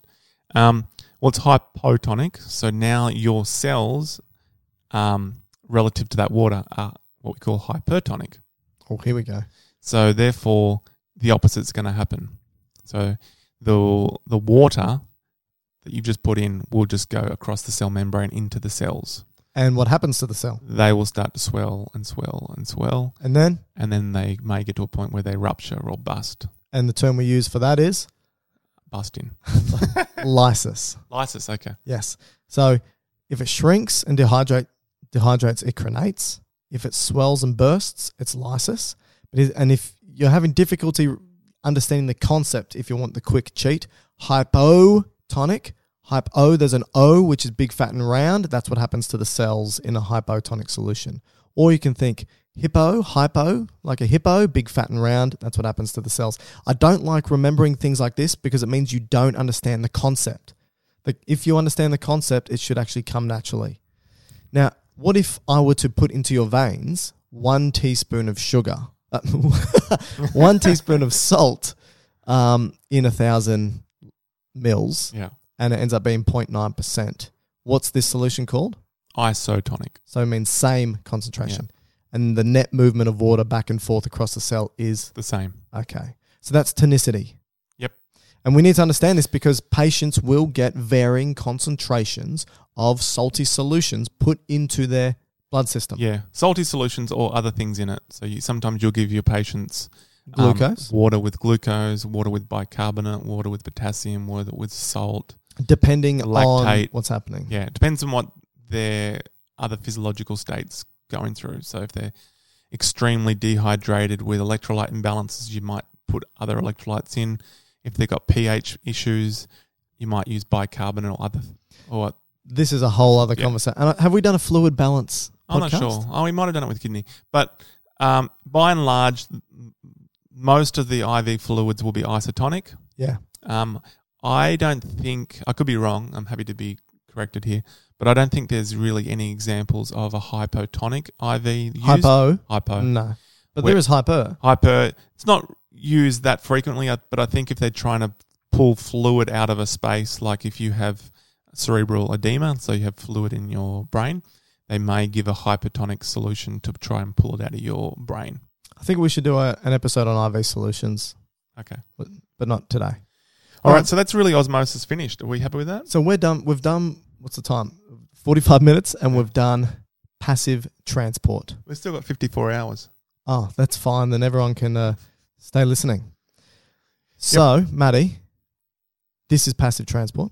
Um, well, it's hypotonic. So now your cells, um, relative to that water, are what we call hypertonic. Oh, here we go. So therefore, the opposite's going to happen. So the the water that you've just put in will just go across the cell membrane into the cells. And what happens to the cell? They will start to swell and swell and swell, And then, and then they may get to a point where they rupture or bust, and the term we use for that is busting. lysis. Lysis, okay. Yes. So if it shrinks and dehydrate, dehydrates, it crenates. If it swells and bursts, it's lysis. But is- And if you're having difficulty understanding the concept, if you want the quick cheat, hypotonic, hypo, there's an O, which is big, fat, and round. That's what happens to the cells in a hypotonic solution. Or you can think Hippo, hypo, like a hippo, big, fat, and round. That's what happens to the cells. I don't like remembering things like this because it means you don't understand the concept. Like if you understand the concept, it should actually come naturally. Now, what if I were to put into your veins one teaspoon of sugar, uh, one teaspoon of salt um, in a thousand mils, Yeah. and it ends up being 0.9%? What's this solution called? Isotonic. So it means same concentration. And the net movement of water back and forth across the cell is The same. okay. So that's tonicity. Yep. And we need to understand this because patients will get varying concentrations of salty solutions put into their blood system. Yeah. Salty solutions or other things in it. So you, sometimes you'll give your patients um, Glucose, water with glucose, water with bicarbonate, water with potassium, water with salt. depending on lactate. what's happening. Yeah, it depends on what their other physiological states going through. So if they're extremely dehydrated with electrolyte imbalances, you might put other electrolytes in. If they've got pH issues, you might use bicarbonate or other. Or This is a whole other Yeah. conversation. And I- have we done a fluid balance I'm podcast? not sure. Oh, we might have done it with kidney, but um, by and large, m- most of the IV fluids will be isotonic. Yeah. Um, I don't think I could be wrong. I'm happy to be corrected here, but I don't think there's really any examples of a hypotonic IV used. Hypo? Hypo. No. But Where- there is hyper. Hyper. It's not used that frequently, I- but I think if they're trying to pull fluid out of a space, like if you have cerebral edema, so you have fluid in your brain, they may give a hypertonic solution to try and pull it out of your brain. I think we should do a, an episode on IV solutions, Okay. but, but not today. All Um, right. So that's really osmosis finished. Are we happy with that? So we're done. We've done what's the time? Forty-five minutes, and we've done passive transport. We've still got 54 hours. Oh, that's fine. Then everyone can uh, stay listening. So, Maddie, this is passive transport.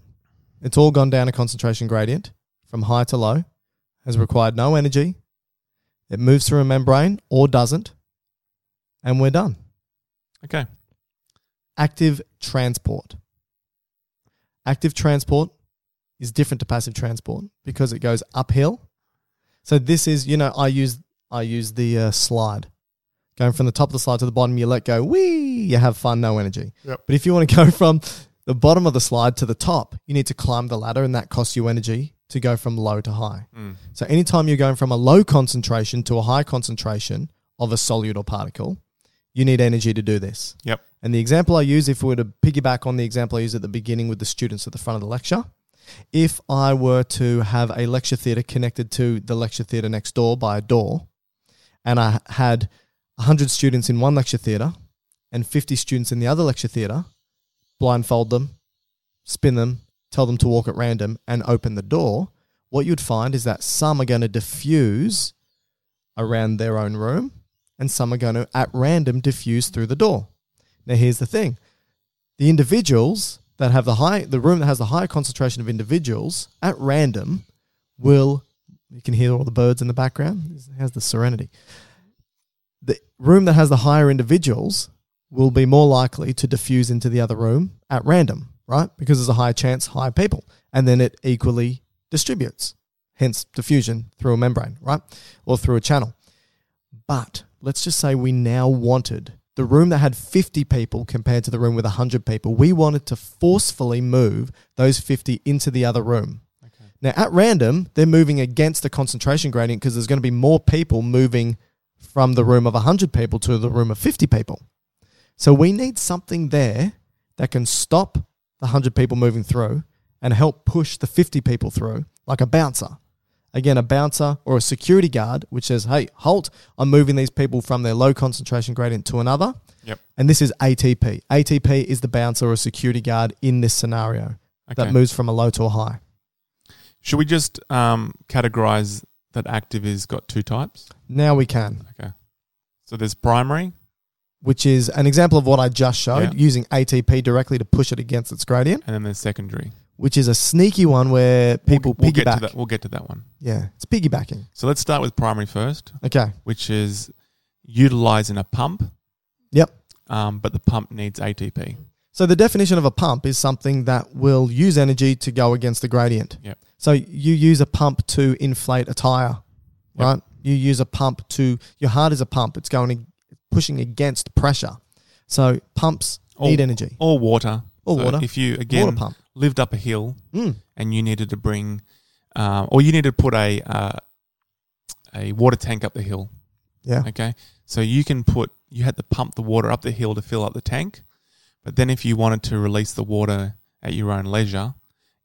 It's all gone down a concentration gradient from high to low, has required no energy. It moves through a membrane or doesn't, and we're done. Okay. active transport. Active transport is different to passive transport because it goes uphill. So this is, you know, I use I use the uh, slide. Going from the top of the slide to the bottom, you let go, wee, you have fun, no energy. Yep. But if you want to go from the bottom of the slide to the top, you need to climb the ladder and that costs you energy to go from low to high. So anytime you're going from a low concentration to a high concentration of a solute or particle, you need energy to do this. Yep. And the example I use, if we were to piggyback on the example I used at the beginning with the students at the front of the lecture, if I were to have a lecture theatre connected to the lecture theatre next door by a door, and I had 100 students in one lecture theatre and 50 students in the other lecture theatre, blindfold them, spin them, tell them to walk at random, and open the door, what you'd find is that some are going to diffuse around their own room and some are going to at random diffuse through the door. Now here's the thing. The individuals that have the high the room that has the high concentration of individuals at random will you can hear all the birds in the background. How's the serenity? The room that has the higher individuals will be more likely to diffuse into the other room at random, right? Because there's a higher chance, higher people. And then it equally distributes, hence diffusion through a membrane, right? Or through a channel. But let's just say we now wanted the room that had 50 people compared to the room with 100 people, we wanted to forcefully move those 50 into the other room. Now, at random, they're moving against the concentration gradient because there's going to be more people moving from the room of 100 people to the room of 50 people. So we need something there that can stop the 100 people moving through and help push the 50 people through, like a bouncer. Again, a bouncer or a security guard, which says, hey, halt, I'm moving these people from their low concentration gradient to another. Yep. And this is ATP. ATP is the bouncer or security guard in this scenario Okay. that moves from a low to a high. Should we just um, categorize that active is got two types? Now we can. Okay. So there's primary. which is an example of what I just showed Yeah. using ATP directly to push it against its gradient, And then there's secondary. which is a sneaky one where people we'll piggyback. get to that. We'll get to that one. yeah, it's piggybacking. So let's start with primary first, Okay. which is utilizing a pump, Yep. um, but the pump needs ATP. So the definition of a pump is something that will use energy to go against the gradient. Yep. So you use a pump to inflate a tire, Yep. right? You use a pump to your heart is a pump. It's going ag- pushing against pressure. So pumps Oh. need energy. Or water. Or So water. If you, again, Water pump. lived up a hill Mm. and you needed to bring, um, or you needed to put a, uh, a water tank up the hill, Yeah. okay? So you can put, you had to pump the water up the hill to fill up the tank. But then if you wanted to release the water at your own leisure,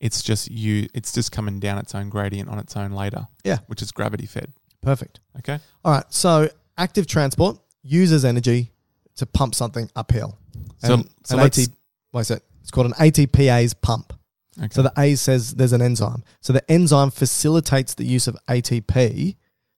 it's just you, it's just coming down its own gradient on its own later. Yeah. Which is gravity fed, Perfect. okay? All right. So active transport uses energy to pump something uphill. So- And so an let's- AT, what is it? It's called an ATPase pump. Okay. So the A says there's an enzyme. So the enzyme facilitates the use of ATP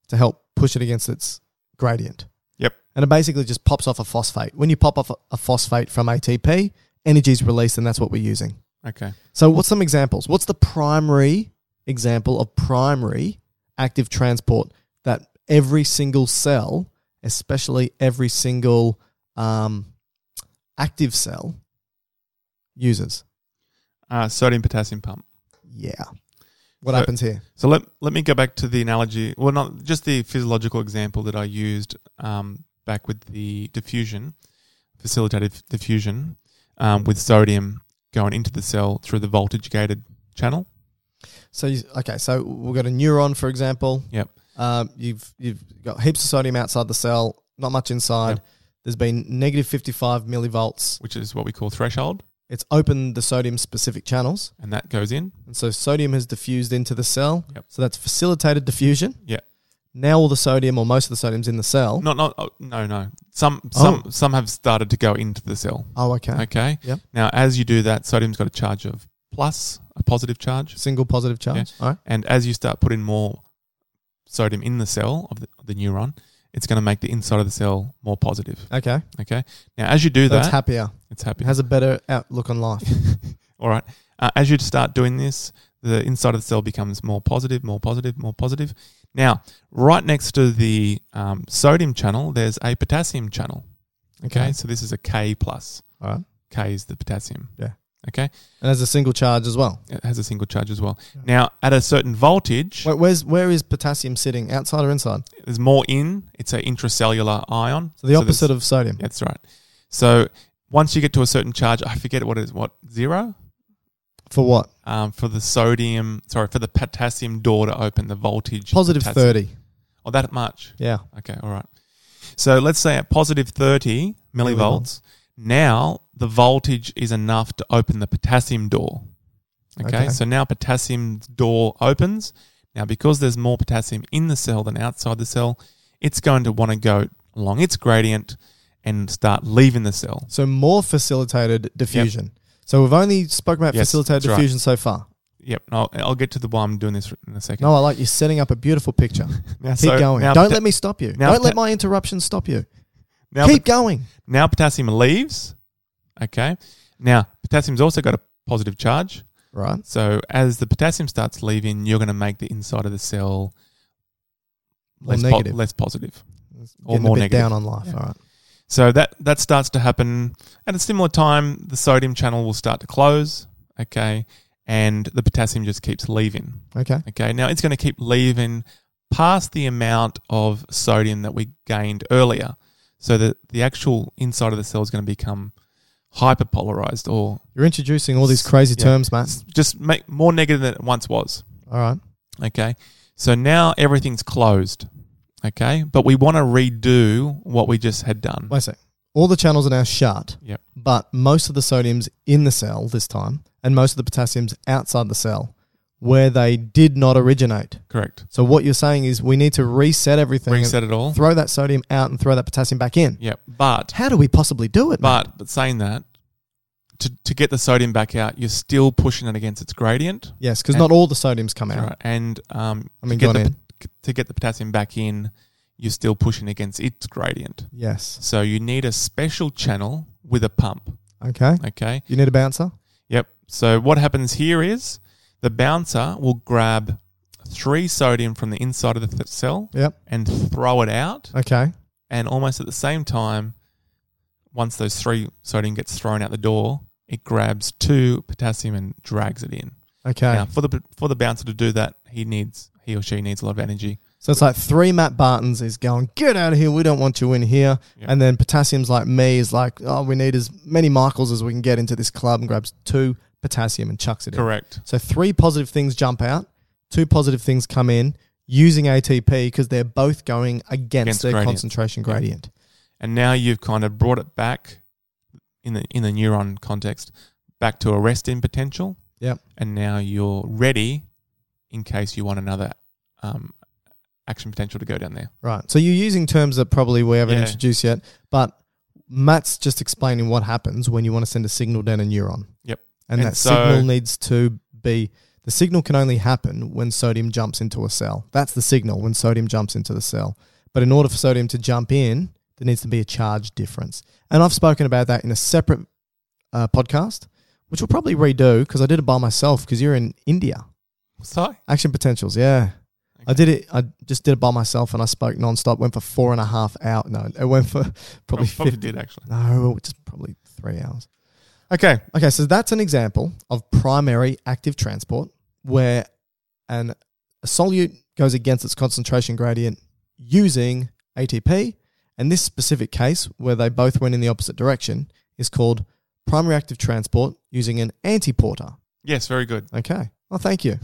to help push it against its gradient. Yep. And it basically just pops off a phosphate. When you pop off a- a phosphate from ATP, energy is released, and that's what we're using. Okay. So, what's some examples? What's the primary example of primary active transport that every single cell, especially every single um, active cell, uses? Uh, sodium potassium pump. Yeah. What So- happens here? So let let me go back to the analogy, well, not just the physiological example that I used um, back with the diffusion, facilitated f- diffusion, um, with sodium going into the cell through the voltage gated channel. So, you, okay, so we've got a neuron, for example. Yep. Um, you've you've got heaps of sodium outside the cell, not much inside. Yep. There's been negative 55 millivolts. Which is what we call threshold, It's opened the sodium specific channels, and that goes in. and so sodium has diffused into the cell. Yep. So that's facilitated diffusion. Yeah. Now all the sodium or most of the sodium's in the cell. Not not oh, no no. Some Oh. some some have started to go into the cell. Oh, okay. Okay. Yep. Now as you do that, sodium's got a charge of plus, a positive charge. Single positive charge. Yeah. All right. And as you start putting more sodium in the cell of the, the neuron, it's going to make the inside of the cell more positive. Okay. Okay. Now, as you do That's that, happier. it's It happy. has a better outlook on life. All right. Uh, as you start doing this, the inside of the cell becomes more positive, more positive, more positive. Now, right next to the um, sodium channel, there's a potassium channel. Okay? Okay. So this is a K plus. All right. K is the potassium. Yeah. Okay. And has a single charge as well. It has a single charge as well. Now, at a certain voltage, Wait, where's where is potassium sitting? Outside or inside? there's more in. It's an intracellular ion. So the opposite of sodium. That's right. So once you get to a certain charge, I forget what it is. What zero? For what? Um, for the sodium, sorry, for the potassium door to open, the voltage Positive potassium- 30. Oh, that much. Yeah. Okay, all right. So let's say at positive thirty millivolts. Now the voltage is enough to open the potassium door. Okay, Okay. so now potassium door opens. Now because there's more potassium in the cell than outside the cell, it's going to want to go along its gradient and start leaving the cell. So more facilitated diffusion. So we've only spoken about Yes, facilitated that's right. diffusion so far. Yep, and I'll, I'll get to the why I'm doing this in a second. No, I like you setting up a beautiful picture. Now, Keep so going. now Don't pota- let me stop you. now Don't let pota- my interruptions stop you. now Keep pot- going. Now potassium leaves. Okay, now potassium's also got a positive charge. Right. So as the potassium starts leaving, you're going to make the inside of the cell More less, po- negative. less positive. Or Getting more a bit negative. down on life. Yeah. All right. So that that starts to happen at a similar time. The sodium channel will start to close. Okay, and the potassium just keeps leaving. Okay. Okay, now it's going to keep leaving past the amount of sodium that we gained earlier, so that the actual inside of the cell is going to become hyperpolarized or You're introducing all these S- crazy yeah. terms, man. s- just make more negative than it once was. All right. Okay. So now everything's closed. Okay. But we want to redo what we just had done. Wait a sec. All the channels are now shut, Yep. but most of the sodium's in the cell this time, and most of the potassium's outside the cell where they did not originate. Correct. So what you're saying is we need to reset everything. and Reset it all. Throw that sodium out and throw that potassium back in. Yep. But, How do we possibly do it? mate? but, but saying that, to, to get the sodium back out, you're still pushing it against its gradient. yes, because and- not all the sodium's come out. Right. And um, I mean, to, get gone the, p- to get the potassium back in, you're still pushing against its gradient. Yes. So you need a special channel with a pump. Okay. Okay. You need a bouncer. Yep. So what happens here is the bouncer will grab three sodium from the inside of the th- cell Yep. and throw it out. Okay. And almost at the same time, once those three sodium gets thrown out the door, it grabs two potassium and drags it in. Okay. Now, for the for the bouncer to do that, he needs he or she needs a lot of energy. So it's like three Matt Bartons is going, get out of here. We don't want you in here. Yeah. And then potassium's like me is like, oh, we need as many Michaels as we can get into this club and grabs two potassium and chucks it in. Correct. So three positive things jump out, two positive things come in using ATP because they're both going against, Against their gradient. concentration Yeah. gradient. and now you've kind of brought it back in the in the neuron context back to a resting potential Yep. and now you're ready in case you want another um, action potential to go down there Right. So you're using terms that probably we haven't Yeah. introduced yet, but Matt's just explaining what happens when you want to send a signal down a neuron. yep And, And that so- signal needs to be the signal can only happen when sodium jumps into a cell. That's the signal when sodium jumps into the cell. But in order for sodium to jump in, there needs to be a charge difference. And I've spoken about that in a separate uh, podcast, which we'll probably redo because I did it by myself because you're in India. so Action potentials, yeah. I did it. I just did it by myself, and I spoke nonstop. Went for four and a half hours. No, it went for probably, probably, probably 50. did actually No, just probably three hours. okay Okay, so that's an example of primary active transport where an a solute goes against its concentration gradient using ATP. And this specific case, where they both went in the opposite direction, is called primary active transport using an antiporter. yes very good Okay. Well, thank you.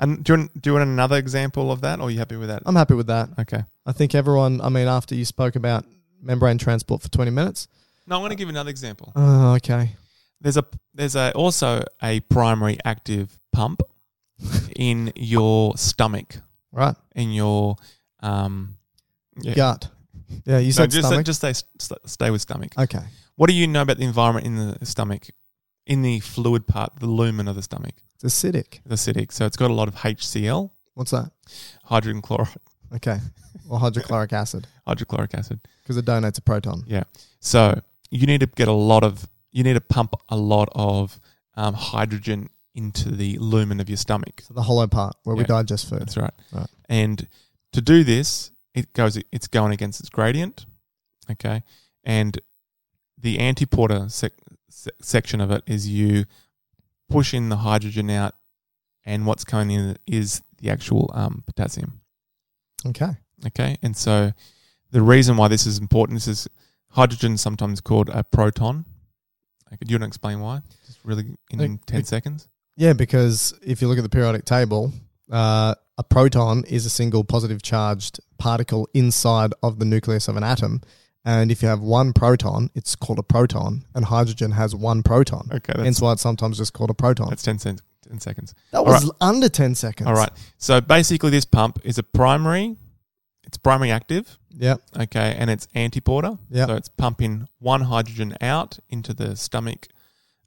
and do you, want, do you want another example of that or are you happy with that I'm happy with that. okay I think everyone, I mean, after you spoke about membrane transport for 20 minutes. no i want to give another example Oh, okay. there's a there's a also a primary active pump in your stomach Right. in your um yeah. Gut. Yeah, you said no, just, stomach. just stay, st- stay with stomach. okay. What do you know about the environment in the stomach, in the fluid part, the lumen of the stomach? It's acidic. It's acidic, so it's got a lot of HCl, What's that? hydrogen chloride, Okay. Or hydrochloric acid hydrochloric acid. because it donates a proton. Yeah. So you need to get a lot of, you need to pump a lot of um, hydrogen into the lumen of your stomach. So the hollow part where we Yeah. digest food. That's right. Right. And to do this, it goes it's going against its gradient, okay? And the antiporter sec- se- section of it is you push in the hydrogen out, and what's coming in is the actual um, potassium, Okay. okay? And so the reason why this is important this is hydrogen sometimes called a proton. Okay, do you want to explain why? Just really in Like, 10 it- seconds? Yeah, because if you look at the periodic table, uh, a proton is a single positive charged particle inside of the nucleus of an atom. And if you have one proton, it's called a proton, and hydrogen has one proton. Okay, that's- Hence why it's sometimes just called a proton. That's 10, sen- 10 seconds. That All was right. under 10 seconds. All right. So basically, this pump is a primary. It's primary active, Yep. okay, and it's antiporter. Yep. So it's pumping one hydrogen out into the stomach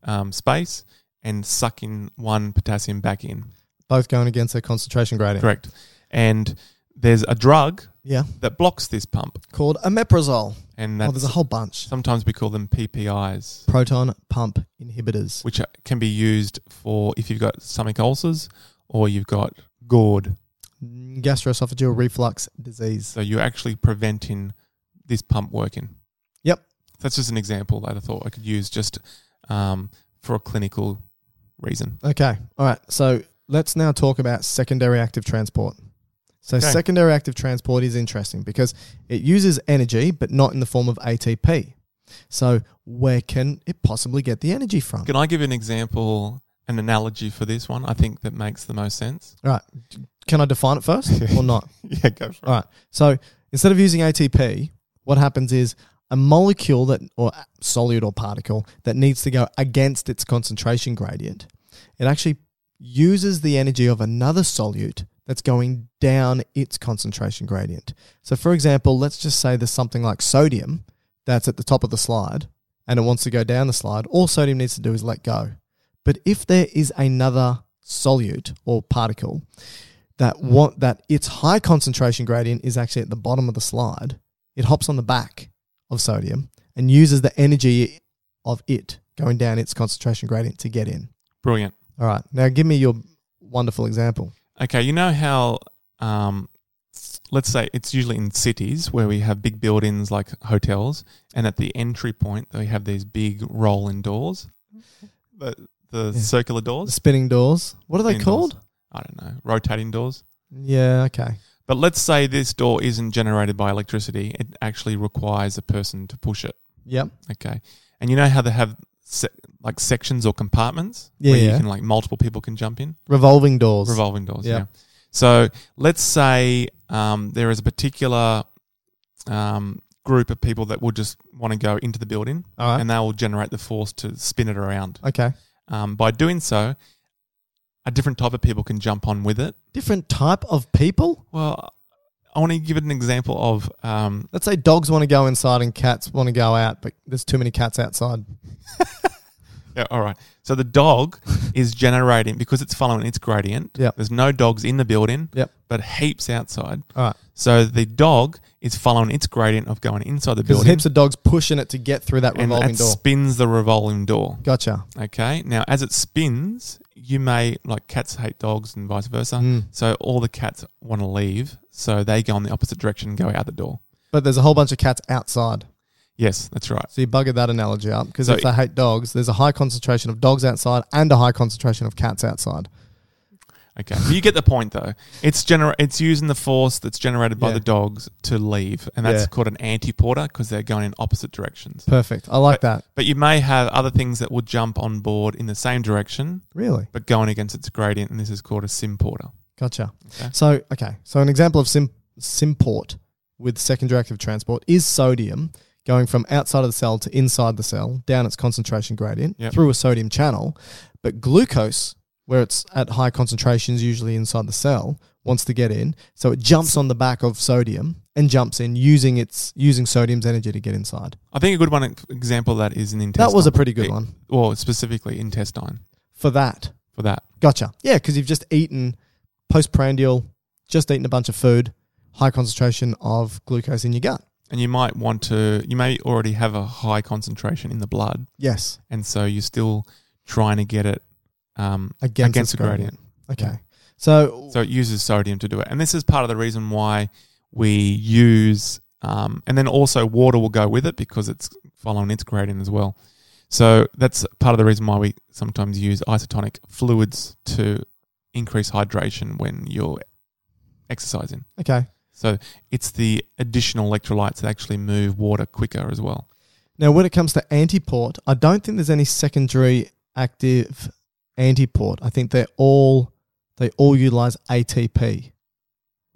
um, space and sucking one potassium back in. Both going against their concentration gradient. Correct. And there's a drug Yeah. that blocks this pump, Called omeprazole. and Oh, that's there's a whole bunch. sometimes we call them PPIs, Proton pump inhibitors. which are- can be used for if you've got stomach ulcers or you've got gourd. Gastroesophageal reflux disease. So you're actually preventing this pump working. Yep. That's just an example that I thought I could use just um, for a clinical reason. Okay. All right. So let's now talk about secondary active transport. So Okay. secondary active transport is interesting because it uses energy, but not in the form of ATP. So where can it possibly get the energy from? Can I give an example, an analogy for this one? I think that makes the most sense. All right. Can I define it first or not? Yeah, go for All right. So instead of using ATP, what happens is a molecule that or solute or particle that needs to go against its concentration gradient. It actually uses the energy of another solute that's going down its concentration gradient. So for example, let's just say there's something like sodium that's at the top of the slide and it wants to go down the slide. All sodium needs to do is let go. But if there is another solute or particle that want that its high concentration gradient is actually at the bottom of the slide. It hops on the back of sodium and uses the energy of it going down its concentration gradient to get in. Brilliant. All right, now give me your wonderful example. Okay, you know how, um, let's say it's usually in cities where we have big buildings like hotels, and at the entry point, they have these big rolling doors, the, the Mm-hmm. Yeah. circular The doors. spinning doors. What are they Spinning doors. called? I don't know, rotating doors. Yeah, okay. But let's say this door isn't generated by electricity. It actually requires a person to push it. Yep. Okay. And you know how they have se- like sections or compartments Yeah, where you yeah. can like multiple people can jump in? Revolving doors. Revolving doors. Yeah. Yeah. So let's say um, there is a particular um, group of people that will just want to go into the building All right. and they will generate the force to spin it around. okay. Um, by doing so, a different type of people can jump on with it. Different type of people. Well, I want to give it an example of um, Let's say dogs want to go inside and cats want to go out, but there's too many cats outside. Yeah, all right. So the dog is generating because it's following its gradient. Yep. There's no dogs in the building, Yep. but heaps outside. All right. So the dog is following its gradient of going inside the There's building heaps of dogs pushing it to get through that and revolving that door. spins the revolving door. Gotcha. Okay. Now, as it spins, you may like cats hate dogs and vice versa. Hmm. So all the cats want to leave, so they go in the opposite direction and go out the door. But there's a whole bunch of cats outside. Yes, that's right. So you buggered that analogy up because So if they hate dogs, there's a high concentration of dogs outside and a high concentration of cats outside. Okay, but you get the point though. It's gener- it's using the force that's generated by Yeah. the dogs to leave, and that's Yeah. called an anti-porter because they're going in opposite directions. Perfect. I like that. But you may have other things that will jump on board in the same direction, Really? but going against its gradient, and this is called a sim-porter. Gotcha. Okay. So, okay. So, an example of sim- simport with secondary active transport is sodium going from outside of the cell to inside the cell down its concentration gradient Yep. through a sodium channel. But glucose, where it's at high concentrations, usually inside the cell, wants to get in. So, it jumps on the back of sodium and jumps in using its using sodium's energy to get inside. I think a good one e- example of that is an intestine. That was a pretty good one Well, specifically intestine for that. for that. Gotcha. Yeah, because you've just eaten postprandial, just eaten a bunch of food, high concentration of glucose in your gut. And you might want to. You may already have a high concentration in the blood, Yes, and so you're still trying to get it um, against, against its the gradient. Okay. So, So it uses sodium to do it. And this is part of the reason why we use, um, and then also water will go with it because it's following its gradient as well. So that's part of the reason why we sometimes use isotonic fluids to increase hydration when you're exercising. okay. So it's the additional electrolytes that actually move water quicker as well. Now, when it comes to antiport, I don't think there's any secondary active antiport. I think they're all they all utilize ATP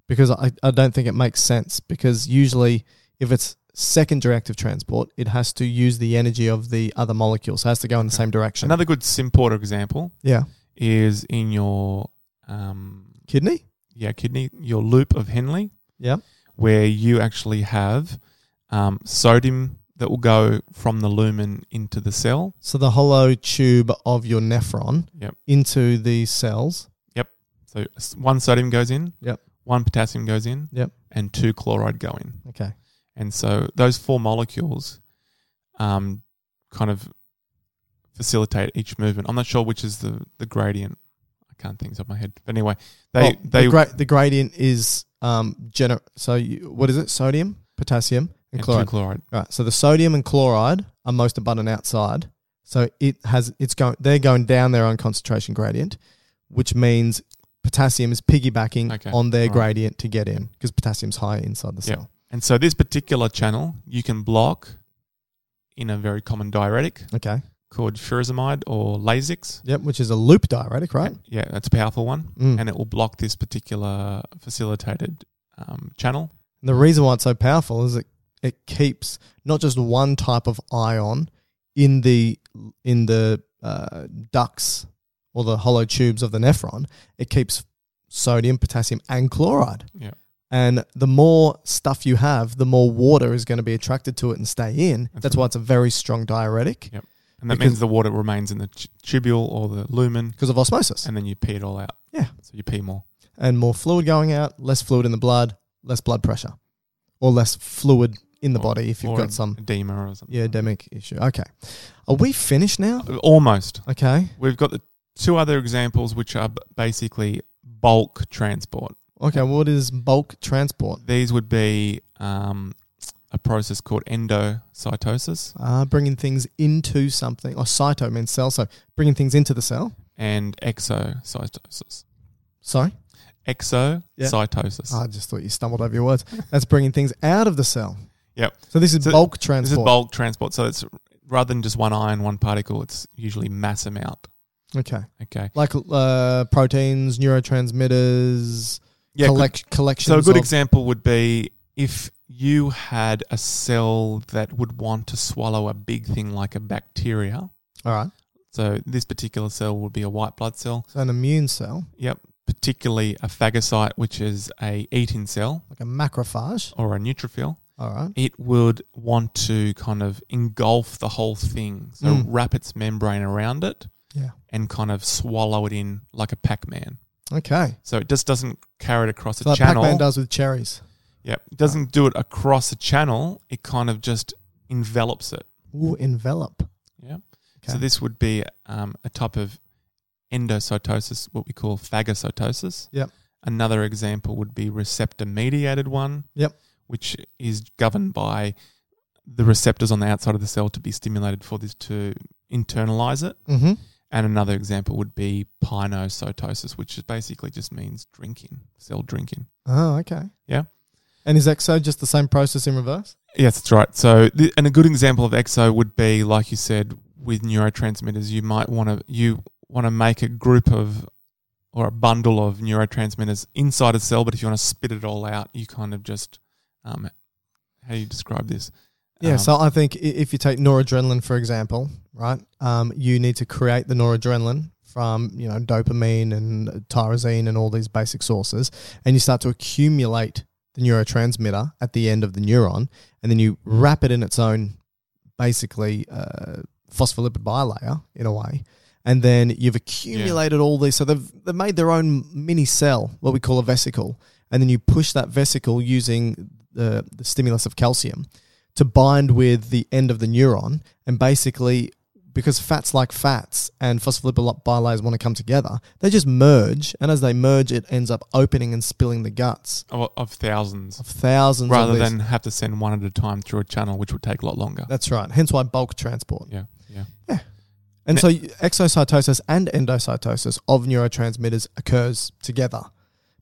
because I, I don't think it makes sense because usually if it's secondary active transport, it has to use the energy of the other molecule, so it has to go in the same direction. Another good Simporter example yeah, is in your um, kidney. yeah kidney, your loop of Henle. Yeah. where you actually have um, sodium that will go from the lumen into the cell. So the hollow tube of your nephron Yep. into the cells. So s- one sodium goes in, Yep. one potassium goes in, Yep. and two chloride go in. Okay. And so those four molecules um, kind of facilitate each movement. I'm not sure which is the, the gradient. I can't think of my head. But anyway, they Well, they Oh, the, gra- the gradient is um gener- so you, what is it? Sodium, potassium, and, and two chloride. chloride. right. So the sodium and chloride are most abundant outside. So it has it's going they're going down their own concentration gradient, which means potassium is piggybacking Okay, on their alright. gradient to get in because potassium's higher inside the Yeah. cell. And so this particular channel you can block in a very common diuretic Okay. called furosemide or Lasix. Yep, which is a loop diuretic, right? Yeah, that's a powerful one, Mm. and it will block this particular facilitated um, channel. The reason why it's so powerful is it it keeps not just one type of ion in the in the uh, ducts or the hollow tubes of the nephron. It keeps sodium, potassium, and chloride. Yeah, And the more stuff you have, the more water is going to be attracted to it and stay in. That's That's right. why it's a very strong diuretic yep. And that Because- means the water remains in the t- tubule or the lumen, because of osmosis. and then you pee it all out. Yeah. So you pee more. And more fluid going out, less fluid in the blood, less blood pressure, or less fluid in the Or- body if you've or got some edema or something. yeah demic issue. Okay, are we finished now? Almost. Okay. We've got the two other examples, which are b- basically bulk transport. Okay. What is bulk transport? These would be um, a process called endocytosis Uh, bringing things into something. Or cyto means cell. So bringing things into the cell. and exocytosis. Sorry. Yeah. exocytosis. I just thought you stumbled over your words. That's bringing things out of the cell. Yep. So this is So bulk This is transport. bulk transport. So it's rather than just one ion, one particle, it's usually mass amount. Okay. Okay. Like uh, proteins, neurotransmitters, Yeah, good- collect- collections. So a good of- example would be if you had a cell that would want to swallow a big thing like a bacteria. All right. So this particular cell would be a white blood cell. So an immune cell, Yep. Particularly a phagocyte, which is a eating cell like a macrophage. or a neutrophil. All right. It would want to kind of engulf the whole thing. So Mm. wrap its membrane around it Yeah. and kind of swallow it in like a Pac-Man. Okay. So it just doesn't carry it across So a like channel. Pac-Man does with cherries. Yeah, it doesn't do it across a channel. It kind of just envelops it. Ooh, envelop. Yeah. Okay. So this would be um, a type of endocytosis, what we call phagocytosis. Yep. Another example would be receptor-mediated one, Yep. which is governed by the receptors on the outside of the cell to be stimulated for this to internalize it. Mm-hmm. And another example would be pinocytosis, which is basically just means drinking, cell drinking. Oh, okay. Yeah. And is exo just the same process in reverse? Yes, that's right. So, th- and a good example of exo would be, like you said, with neurotransmitters, you might want to you want to make a group of or a bundle of neurotransmitters inside a cell, but if you want to spit it all out, you kind of just um, how do you describe this? Yeah. Um, so I think i- if you take noradrenaline, for example, right, um, you need to create the noradrenaline from you know dopamine and tyrosine and all these basic sources, and you start to accumulate the neurotransmitter at the end of the neuron, and then you wrap it in its own basically uh, phospholipid bilayer in a way. And then you've accumulated all these. So they've, they've made their own mini cell, what we call a vesicle. And then you push that vesicle using the, the stimulus of calcium to bind with the end of the neuron. And basically, because fats like fats and phospholipid bilayers want to come together, they just merge. And as they merge, it ends up opening and spilling the guts of, of thousands, of thousands of rather these- than have to send one at a time through a channel, which would take a lot longer. That's right. Hence why bulk transport. Yeah, yeah. And Ne- so exocytosis and endocytosis of neurotransmitters occurs together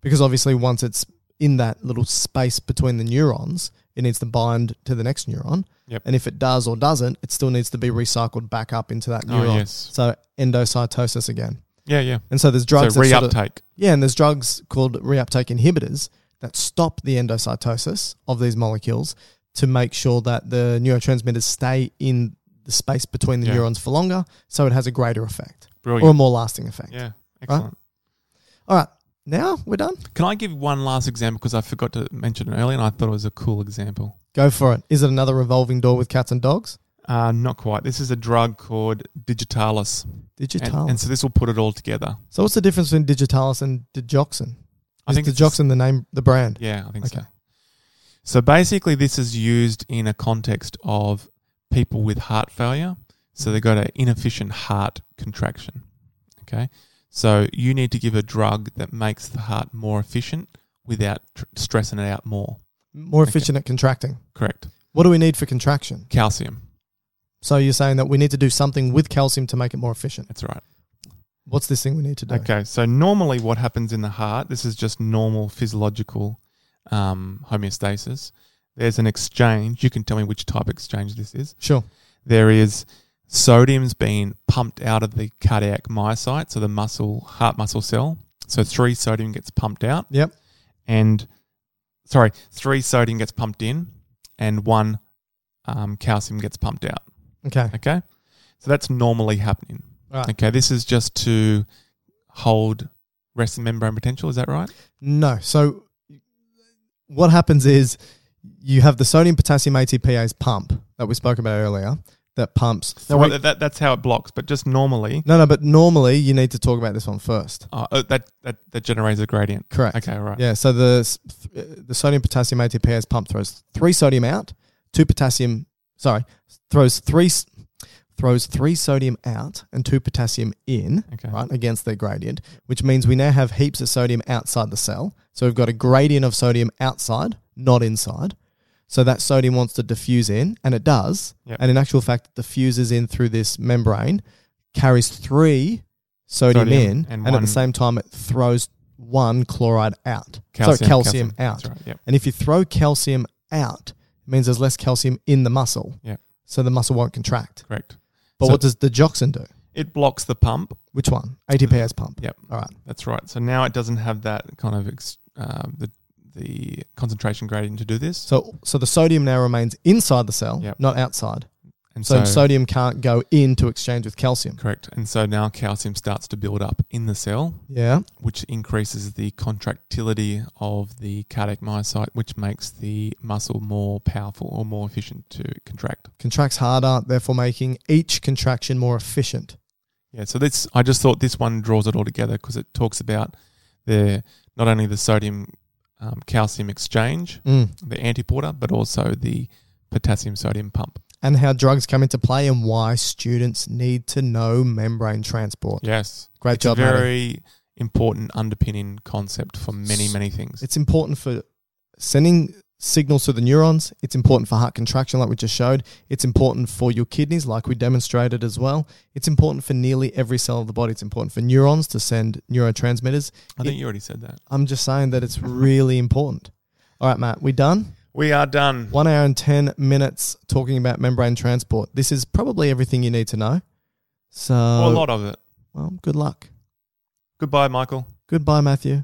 because obviously once it's in that little space between the neurons, it needs to bind to the next neuron. Yep. And if it does or doesn't, it still needs to be recycled back up into that Oh, neuron. yes. So endocytosis again. Yeah, yeah. And so there's drugs so that sort of- reuptake. yeah, and there's drugs called reuptake inhibitors that stop the endocytosis of these molecules to make sure that the neurotransmitters stay in the space between the Yeah. neurons for longer, so it has a greater effect Brilliant. or a more lasting effect. yeah, excellent. All right, now we're done. Can I give one last example because I forgot to mention it earlier, and I thought it was a cool example. Go for it. Is it another revolving door with cats and dogs? Uh, not quite. This is a drug called digitalis. And- Digitalis. And, so this will put it all together. so what's the difference between digitalis and digoxin? I Is think it's- digoxin the name, the brand? Yeah, I think so. Okay. So basically, this is used in a context of people with heart failure. So they've got an inefficient heart contraction. Okay. So you need to give a drug that makes the heart more efficient without tr- stressing it out more. More efficient at contracting. Correct. What do we need for contraction? Calcium. So you're saying that we need to do something with calcium to make it more efficient. That's right. What's this thing we need to do? Okay, so normally what happens in the heart, this is just normal physiological um, homeostasis. There's an exchange. You can tell me which type of exchange this is. Sure. There is sodium's being pumped out of the cardiac myocyte, so the muscle, heart muscle cell. So three sodium gets pumped out, Yep. and sorry, three sodium gets pumped in, and one um, calcium gets pumped out. Okay. Okay, so that's normally happening. Right. Okay, this is just to hold resting membrane potential. Is that right? No. So what happens is you have the sodium potassium ATPase pump that we spoke about earlier that pumps. So no, wait. that, that, that's how it blocks. But just normally, no, no, but normally you need to talk about this one first. uh, uh, that, that that generates a gradient. Correct. Okay, all right. Yeah. So the s- th- uh, the sodium potassium ATPase pump throws three sodium out, two potassium. Sorry, throws three s- throws three sodium out and two potassium in, Okay. right against their gradient, which means we now have heaps of sodium outside the cell. So we've got a gradient of sodium outside, not inside. So that sodium wants to diffuse in, and it does. Yep. And in actual fact, it diffuses in through this membrane, carries three sodium, Sodium in, and and at the one- same time, it throws one chloride out. so Calcium, calcium, calcium. out. That's right, yep. And if you throw calcium out, it means there's less calcium in the muscle. Yeah, So the muscle won't contract. correct. But So what does the digoxin do? it blocks the pump? Which one? ATPase pump. Mm-hmm. Yep. All right. That's right. So now it doesn't have that kind of ex, um, the the concentration gradient to do this. So so the sodium now remains inside the cell, Yep. not outside. and So, sodium can't go in to exchange with calcium. correct. And so now calcium starts to build up in the cell, Yeah. which increases the contractility of the cardiac myocyte, which makes the muscle more powerful or more efficient to contract. Contracts harder, therefore making each contraction more efficient. Yeah, so this I just thought this one draws it all together because it talks about the not only the sodium um, calcium exchange, Mm. the antiporter, but also the potassium sodium pump. And how drugs come into play and why students need to know membrane transport. Yes, Great it's job, A Matty. very important underpinning concept for many many things. It's important for sending signals to the neurons. It's important for heart contraction, like we just showed. It's important for your kidneys, like we demonstrated as well. It's important for nearly every cell of the body. It's important for neurons to send neurotransmitters. I think you already said that. I'm just saying that it's really important. All right, Matt, we done? We are done. One hour and 10 minutes talking about membrane transport. This is probably everything you need to know. So, Well, a lot of it. well, good luck. Goodbye, Michael. Goodbye, Matthew.